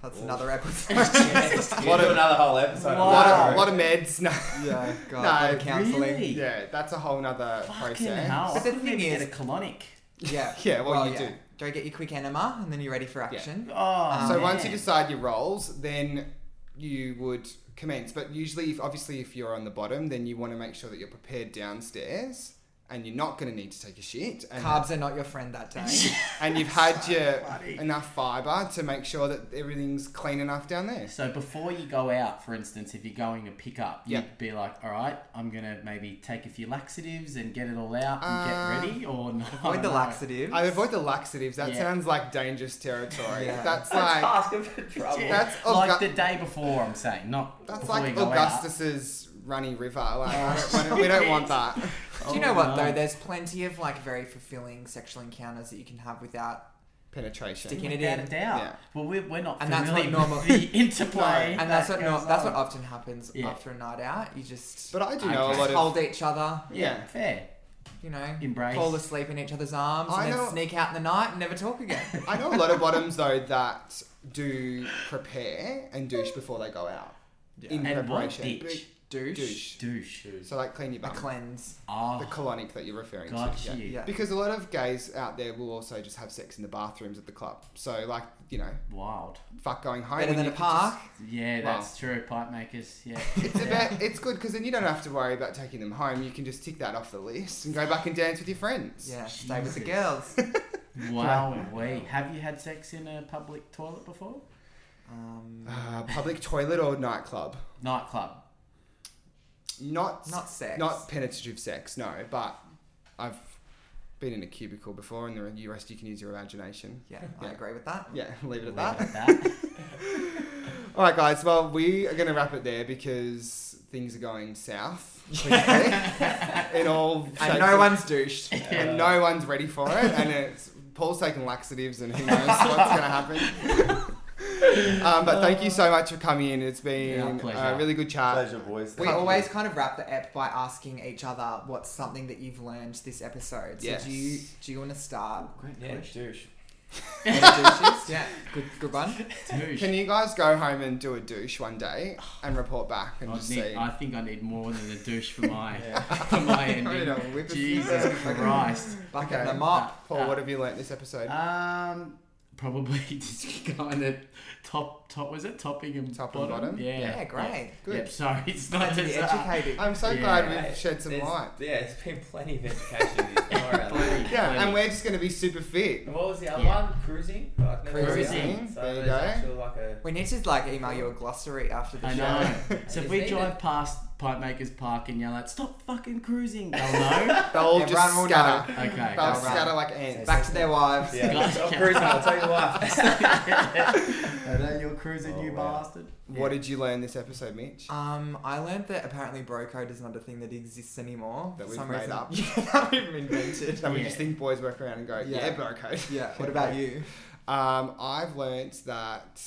That's Oh. another episode. Yeah. What What a- another whole episode. A Wow. lot Wow. of, lot of meds. No. yeah. God. No, what a counseling. Really? Yeah, that's a whole nother Fucking process. hell! I But the couldn't thing even is- get a colonic. Yeah. Yeah, well, you do. Go get your quick enema, and then you're ready for action. Oh. Um, So man. once you decide your roles, then you would commence. But usually, if obviously if you're on the bottom, then you want to make sure that you're prepared downstairs and you're not going to need to take a shit. And, Carbs are not your friend that day. and you've had your funny. enough fiber to make sure that everything's clean enough down there. So before you go out, for instance, if you're going to pick up, Yeah. you'd be like, all right, I'm going to maybe take a few laxatives and get it all out and Uh, get ready or no? Avoid the Oh, no. laxative. I avoid the laxatives. That Yeah. sounds like dangerous territory. Yeah. That's That's like asking for trouble. Yeah. That's like Augu- the day before, I'm saying, not that's before you like go out. Augustus's runny river. Like I don't want it- we don't want that. Do you know Oh, what no. though? There's plenty of like very fulfilling sexual encounters that you can have without Penetration. Sticking- Without a Yeah. doubt. Well, we're, we're not And that's familiar not normal. with the interplay. and that's what that no, goes that's on. what often happens Yeah. after a night out. You just But I do know Okay. a lot of hold each other, Yeah. Yeah, fair. you know, Embrace. fall asleep in each other's arms, I and know- then sneak out in the night and never talk again. I know a lot of bottoms though that do prepare and douche before they go out. In And what preparation. ditch? Douche, Douche. Douche. So like clean your a bum. cleanse. Oh, the colonic that you're referring got to. yeah. you. Yeah. Because a lot of gays out there will also just have sex in the bathrooms at the club. So like, you know, Wild. fuck going home. Better when than you a could just- park. Yeah, Wow. that's true. Pipe makers. Yeah. It's Yeah. about it's good because then you don't have to worry about taking them home. You can just tick that off the list and go back and dance with your friends. Yeah, stay with the Jesus. girls. Wow, we have you had sex in a public toilet before? Um, Uh, public toilet or nightclub? Nightclub. Not not sex. not penetrative sex, no. But I've been in a cubicle before, and the rest you can use your imagination. yeah, I Yeah. agree with that. Yeah, leave it Leave at that. it at that. All right, guys. Well, we are going to wrap it there because things are going south. quickly. in all shapes And no one's douched. and no one's ready for it. And it's Paul's taking laxatives, and who knows what's going to happen. um, but thank you so much for coming in. It's Yeah, been pleasure. a really good chat. Pleasure, boys. We Thank always kind of wrap the app by asking each other what's something that you've learned this episode. So Yes. do you do you want to start? Great Yeah, question. douche. Any douches? yeah, good good one. Douche. Can you guys go home and do a douche one day and report back and I, just need, see? I think I need more than a douche for my Yeah. for my Rid of ending. whippersnappers. Jesus Christ. Bucket Okay. the mop. Paul, what have you learnt this episode? Um, probably just kind of top top. Was it topping and Top and bottom? bottom? Yeah. Yeah, great. Good. Yep. Sorry, it's not Glad to just uh, be educated. educated. I'm so Yeah. glad we've shed some There's- light. Yeah, it's been plenty of education. in this, Don't worry about that. Yeah, and we're just going to be super fit. And what was the other Yeah. one? Cruising? Like, I've never heard of Cruising. that. So There you there's go. actually like a We need to like email you a glossary after the I show. know. It's So if we needed. drive past Pipe Makers Park and yell out, "Stop fucking cruising," they'll know. They'll all Everyone just will scatter. okay. They'll Alright. scatter like ants. Back to their wives. Yeah, stop cruising, I'll tell you what. I know you're cruising, Oh, you wow. bastard. What did you learn this episode, Mitch? Um, I learned that apparently bro code is not a thing that exists anymore. That for we've some made reason. up. Yeah, that we've invented. That we Yeah. just think boys work around and go, yeah, Yeah. barcode. Yeah. What about you? Um, I've learnt that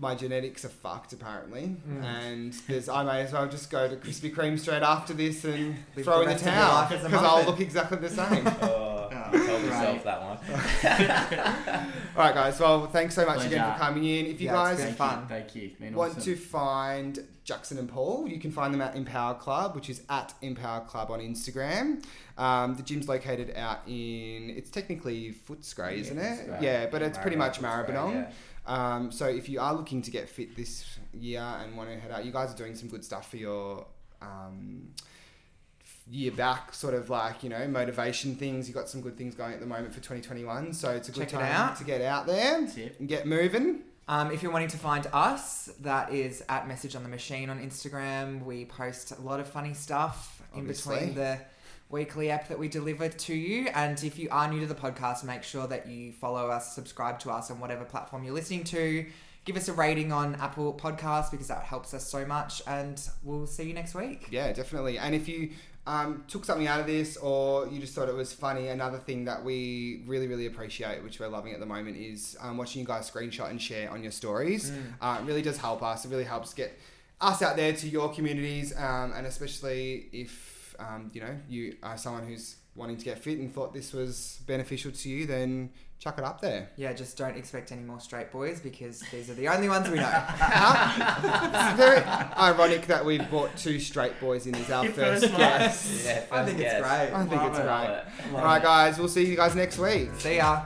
my genetics are fucked apparently, Hmm. and there's I may as well just go to Krispy Kreme straight after this and Live throw the in the rest of your towel life as a because I'll muppet. look exactly the same. All Oh, Oh, I told right. myself that one. right, guys. Well, thanks so much again Pleasure. for coming in. If you Yeah, it's guys been Thank fun. You, thank you. Been want awesome. to find Jackson and Paul, you can find them at Empower Club, which is at Empower Club on Instagram. Um, the gym's located out in, it's technically Footscray, Yeah, isn't it? Footscray. Yeah, but it's pretty Maribyrnong, much Footscray, Maribyrnong. yeah. Um, so if you are looking to get fit this year and want to head out, you guys are doing some good stuff for your um, year back, sort of like you know motivation things. You have got some good things going at the moment for 2021, so it's a good Check it time out. to get out there That's it. and get moving. Um, if you're wanting to find us, that is at Message on the Machine on Instagram. We post a lot of funny stuff Obviously. in between the weekly app that we deliver to you. And if you are new to the podcast, make sure that you follow us, subscribe to us on whatever platform you're listening to. Give us a rating on Apple Podcasts because that helps us so much. And we'll see you next week. Yeah, definitely. And if you um, took something out of this or you just thought it was funny, another thing that we really, really appreciate, which we're loving at the moment, is um, watching you guys screenshot and share on your stories. Mm. Uh, it really does help us. It really helps get us out there to your communities, um, and especially if um, you know you are someone who's wanting to get fit and thought this was beneficial to you, then chuck it up there. Yeah, just don't expect any more straight boys because these are the only ones we know. it's very ironic that we've brought two straight boys in as our Your first first one. guest. Yeah, I think it's guess. great. I think Love it's it. great. Love it. All right, guys. We'll see you guys next week. See ya.